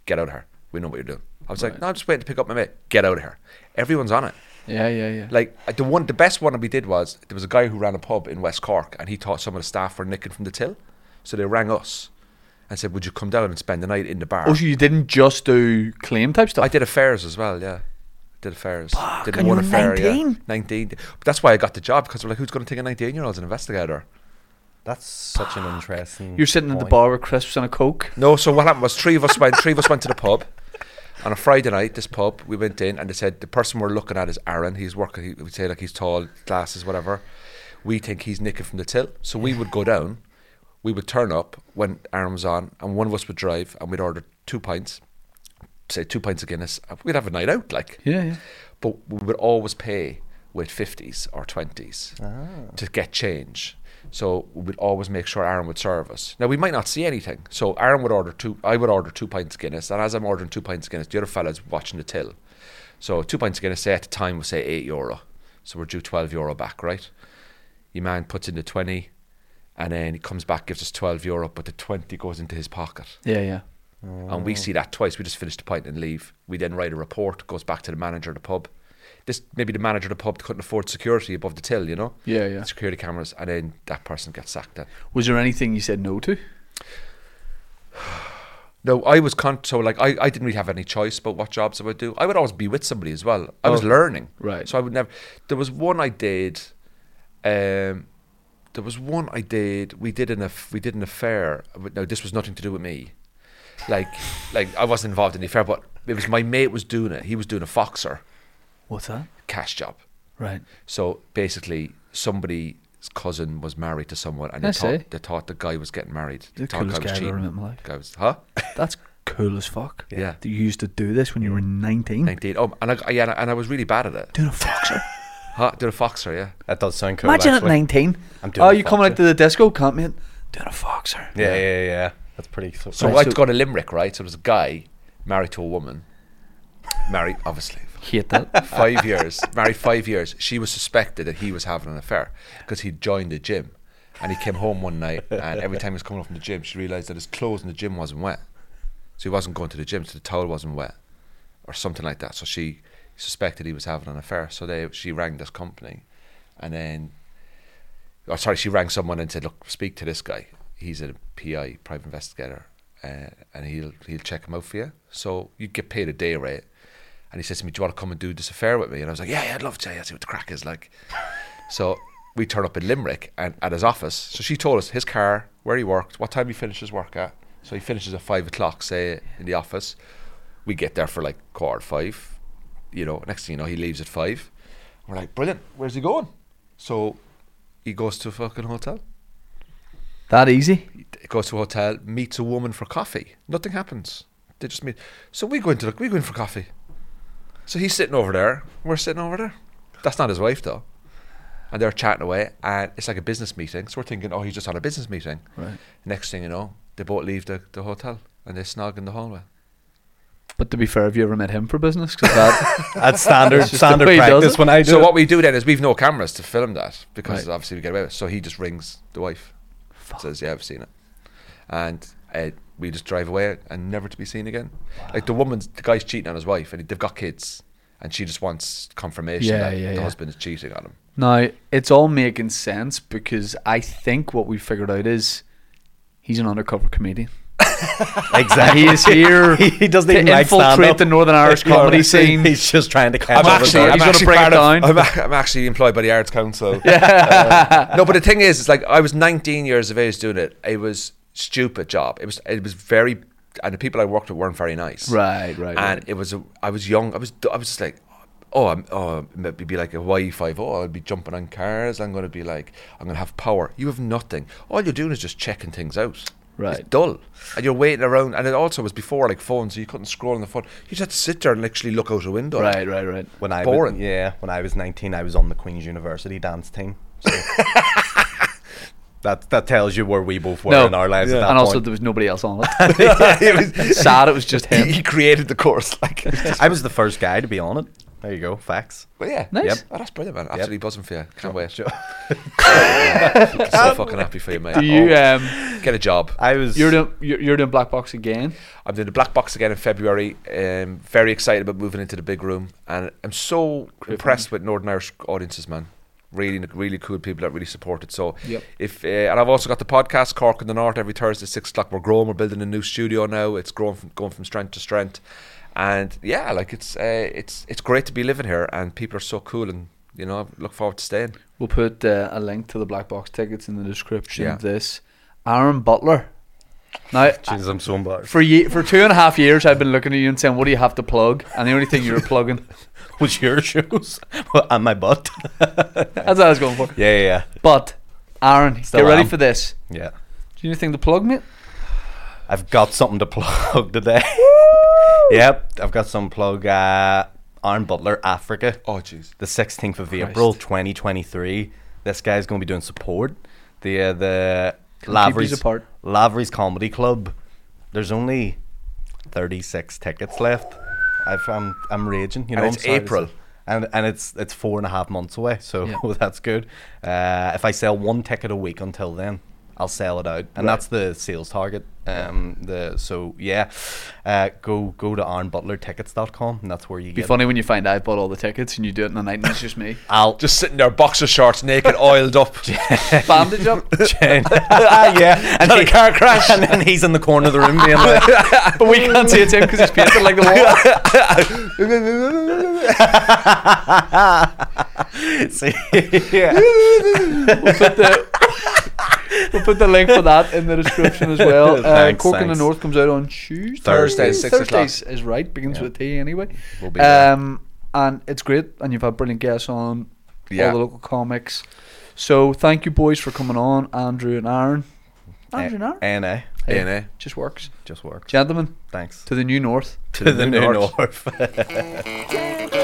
B: Get out of here. We know what you're doing. I was like, no, I'm just waiting to pick up my mate. Get out of here. Everyone's on it.
A: yeah, yeah, yeah.
B: Like uh, the one, the best one we did was there was a guy who ran a pub in West Cork, and he thought some of the staff were nicking from the till, so they rang us and said, "Would you come down and spend the night in the bar?"
A: oh, so you didn't just do claim type stuff.
B: I did affairs as well, yeah. Did affairs. did
A: and you were 19?
B: Yeah. 19. But that's why I got the job because we're like, who's going to take a 19 year old as an investigator?
C: That's such an interesting.
A: You're sitting at the
C: point.
A: bar with crisps and a coke.
B: No, so what happened was three of us went three of us went to the pub. On a Friday night, this pub, we went in and they said the person we're looking at is Aaron. He's working he would say like he's tall, glasses, whatever. We think he's nicking from the till. So we would go down, we would turn up when Aaron was on, and one of us would drive and we'd order two pints, say two pints of Guinness, and we'd have a night out, like
A: Yeah, yeah.
B: but we would always pay with 50s or 20s to get change. So we would always make sure Aaron would serve us. Now we might not see anything. So Aaron would order two. I would order two pints of Guinness, and as I'm ordering two pints of Guinness, the other fella's watching the till. So two pints of Guinness, say at the time was say eight euro. So we're due twelve euro back, right? Your man puts in the twenty, and then he comes back, gives us twelve euro, but the twenty goes into his pocket
A: Yeah, yeah.
B: and we see that twice. We just finish the pint and leave. We then write a report, goes back to the manager of the pub. This maybe the manager of the pub couldn't afford security above the till, you know?
A: Yeah, yeah.
B: Security cameras, and then that person gets sacked. Then.
A: Was there anything you said no to?
B: No, I was con- so like I, I didn't really have any choice about what jobs I would do. I would always be with somebody as well. I was learning,
A: Oh, Right.
B: So I would never. There was one I did. Um, there was one I did. We did an aff- we did an affair. but No, this was nothing to do with me. Like, like I wasn't involved in the affair, but it was my mate was doing it. He was doing a foxer
A: What's that?
B: cash job.
A: Right.
B: So basically, somebody's cousin was married to someone, and they
A: That's
B: thought,
A: it.
B: they thought the guy was getting married. They
A: The
B: thought
A: coolest
B: guy
A: guy
B: was
A: I've ever
B: cheating.
A: met in my life.
B: Guy was huh?
A: That's cool as fuck.
B: Yeah.
A: That you used to do this when you were 19.
B: Nineteen. Oh, and I yeah, and I was really bad at it.
A: Doing a foxer.
B: Huh? Did a foxer, yeah.
C: That does sound cool.
A: Imagine at
C: actually.
A: 19.
C: I'm doing
A: oh,
C: a
A: you coming
C: foxer.
A: out to the disco, can't mate? Doing a foxer.
C: Yeah, yeah, yeah. That's pretty. So,
B: So
A: Right,
B: I'd
A: so-
B: gone to Limerick, right? So there was a guy married to a woman, married obviously
A: Hate that.
B: five years, married five years. She was suspected that he was having an affair because he'd joined the gym, and he came home one night, and every time he was coming off from the gym, she realised that his clothes in the gym wasn't wet, so he wasn't going to the gym, so the towel wasn't wet, or something like that. So she suspected he was having an affair. So they she rang this company, and then, oh sorry, she rang someone and said, look, speak to this guy. He's a PI, private investigator, uh, and he'll he'll check him out for you. So you get paid a day rate. And he says to me, Do you want to come and do this affair with me? And I was like, Yeah, yeah, I'd love to. Yeah, see what the crack is like. so we turn up in Limerick and at his office. So she told us his car, where he worked, what time he finishes work at. So he finishes at five o'clock, say, in the office. We get there for like quarter to five. You know, next thing you know, he leaves at five. We're like, Brilliant, where's he going? So he goes to a fucking hotel.
A: that easy.
B: He goes to a hotel, meets a woman for coffee. Nothing happens. They just meet. So we go into the, we go in for coffee. So he's sitting over there. We're sitting over there. That's not his wife though. And they're chatting away, and it's like a business meeting. So we're thinking, oh, he's just had a business meeting.
A: Right.
B: Next thing you know, they both leave the, the hotel and they snog in the hallway.
A: But to be fair, have you ever met him for business? 'Cause that,
C: that's standard
A: just
C: standard
A: the way he does
C: practice
A: it.
C: when I do.
B: So
C: it.
B: what we do then is we've no cameras to film that because
A: Right.
B: obviously we get away with. it. So he just rings the wife, says, "Yeah, I've seen it," and uh, we just drive away and never to be seen again. Like the woman's, the guy's cheating on his wife, and they've got kids, and she just wants confirmation
A: Yeah,
B: that
A: yeah,
B: the
A: yeah.
B: husband is cheating on him.
A: now, it's all making sense because I think what we figured out is he's an undercover comedian.
C: exactly.
A: He is here
C: he doesn't
A: to
C: even like
A: infiltrate
C: stand up.
A: the Northern Irish comedy
C: Honestly,
A: scene.
C: He's just trying to catch
B: I'm
C: up with
A: He's
B: actually, I'm
C: us.
A: gonna
B: actually
A: break it
B: part of-
A: down.
B: I'm, ac- I'm actually employed by the Arts Council. Uh, no, but the thing is, it's like I was 19 years of age doing it. It was stupid job. It was it was very, and the people I worked with weren't very nice.
A: Right, right,
B: And
A: right.
B: it was a, I was young. I was I was just like, oh, I'm, oh, maybe be like a Y five. Oh, I'll be jumping on cars. I'm going to be like, I'm going to have power. You have nothing. All you're doing is just checking things out.
A: Right.
B: It's dull, and you're waiting around. And it also was before like phones, so you couldn't scroll on the phone. You just had to sit there and actually look out a window.
A: Right, right, right.
C: When I
B: Boring.
C: Was, yeah, when I was 19, I was on the Queen's University dance team. So that that tells you where we both were in our lives at that
A: and also
C: point.
A: there was nobody else on it.
B: it was,
A: Sad, it was just him.
B: he, he created the course. Like,
C: I was the first guy to be on it. There you go, facts.
B: but yeah,
A: Nice. Yep.
B: Oh, that's brilliant, man. Absolutely buzzing for you. Can't wait.
C: Sure.
B: I'm so fucking happy for you, mate.
A: Do you
B: Oh,
A: um,
B: get a job?
C: I was.
A: you're doing you're, you're doing black box again?
B: I'm doing the black box again in February. Um, very excited about moving into the big room, and I'm so impressed with Northern Irish audiences, man. Really, really cool people that really support it. So,
A: Yep.
B: if uh, and I've also got the podcast Cork in the North every Thursday six o'clock. We're growing. We're building a new studio now. It's growing from going from strength to strength, and yeah, like it's uh, it's it's great to be living here, and people are so cool, and you know, I look forward to staying.
A: We'll put uh, a link to the black box tickets in the description
B: Yeah.
A: of this. Aaron Butler. Now,
C: Jesus, I'm so embarrassed.
A: for ye- for two and a half years, I've been looking at you and saying, "What do you have to plug?" And the only thing you were plugging,
C: Was your shoes well, and my butt?
A: that's what I was going for.
C: yeah, yeah,
A: But Aaron,
C: Still
A: get ready
C: am.
A: for this.
C: yeah.
A: Do
C: yeah.
A: you have anything to plug, mate?
C: I've got something to plug today. yep, I've got some plug. Uh, Aaron Butler, Africa.
B: Oh, jeez.
C: the 16th of
B: Christ.
C: April 2023. This guy's going to be doing support. The uh, the
A: keep these
C: Lavery's,
A: apart.
C: Lavery's Comedy Club. There's only 36 tickets left. I've, I'm I'm raging. You
B: And
C: know,
B: it's
C: I'm sorry to
B: April.
C: say. And, and it's it's four and a half months away, so
A: Yeah.
C: that's good. Uh, if I sell one ticket a week until then, I'll sell it out, and that's the sales target. Um, the so yeah, uh, go go to arnbutlertickets.com, and that's where you
A: Be
C: get.
A: funny when you find I've bought all the tickets and you do it in the night, and it's just me.
C: I'll
B: Just sitting there, boxer shorts, naked, oiled up.
A: Bandage up.
C: Jane. yeah, and
B: Had a car crash.
C: and then he's in the corner of the room being like,
A: but we can't see it's him because he's painted like the wall.
C: see, yeah.
A: We'll put the, we'll put the link for that in the description as well. Uh,
C: Thanks,
A: Cork in the
C: thanks.
A: North comes out on Tuesday.
B: Thursday, six o'clock.
A: Thursdays is right. Begins
C: Yeah.
A: with a T anyway.
C: We'll be there.
A: um, and it's great. And you've had brilliant guests on
B: Yeah.
A: all the local comics. So thank you, boys, for coming on, Andrew and Aaron.
C: Eh.
A: Andrew and Aaron.
C: A- and A
A: Hey,
B: A&A.
A: Just works.
C: just works.
A: Gentlemen,
C: Thanks
A: to the new north.
C: to the new north.
D: Thank you.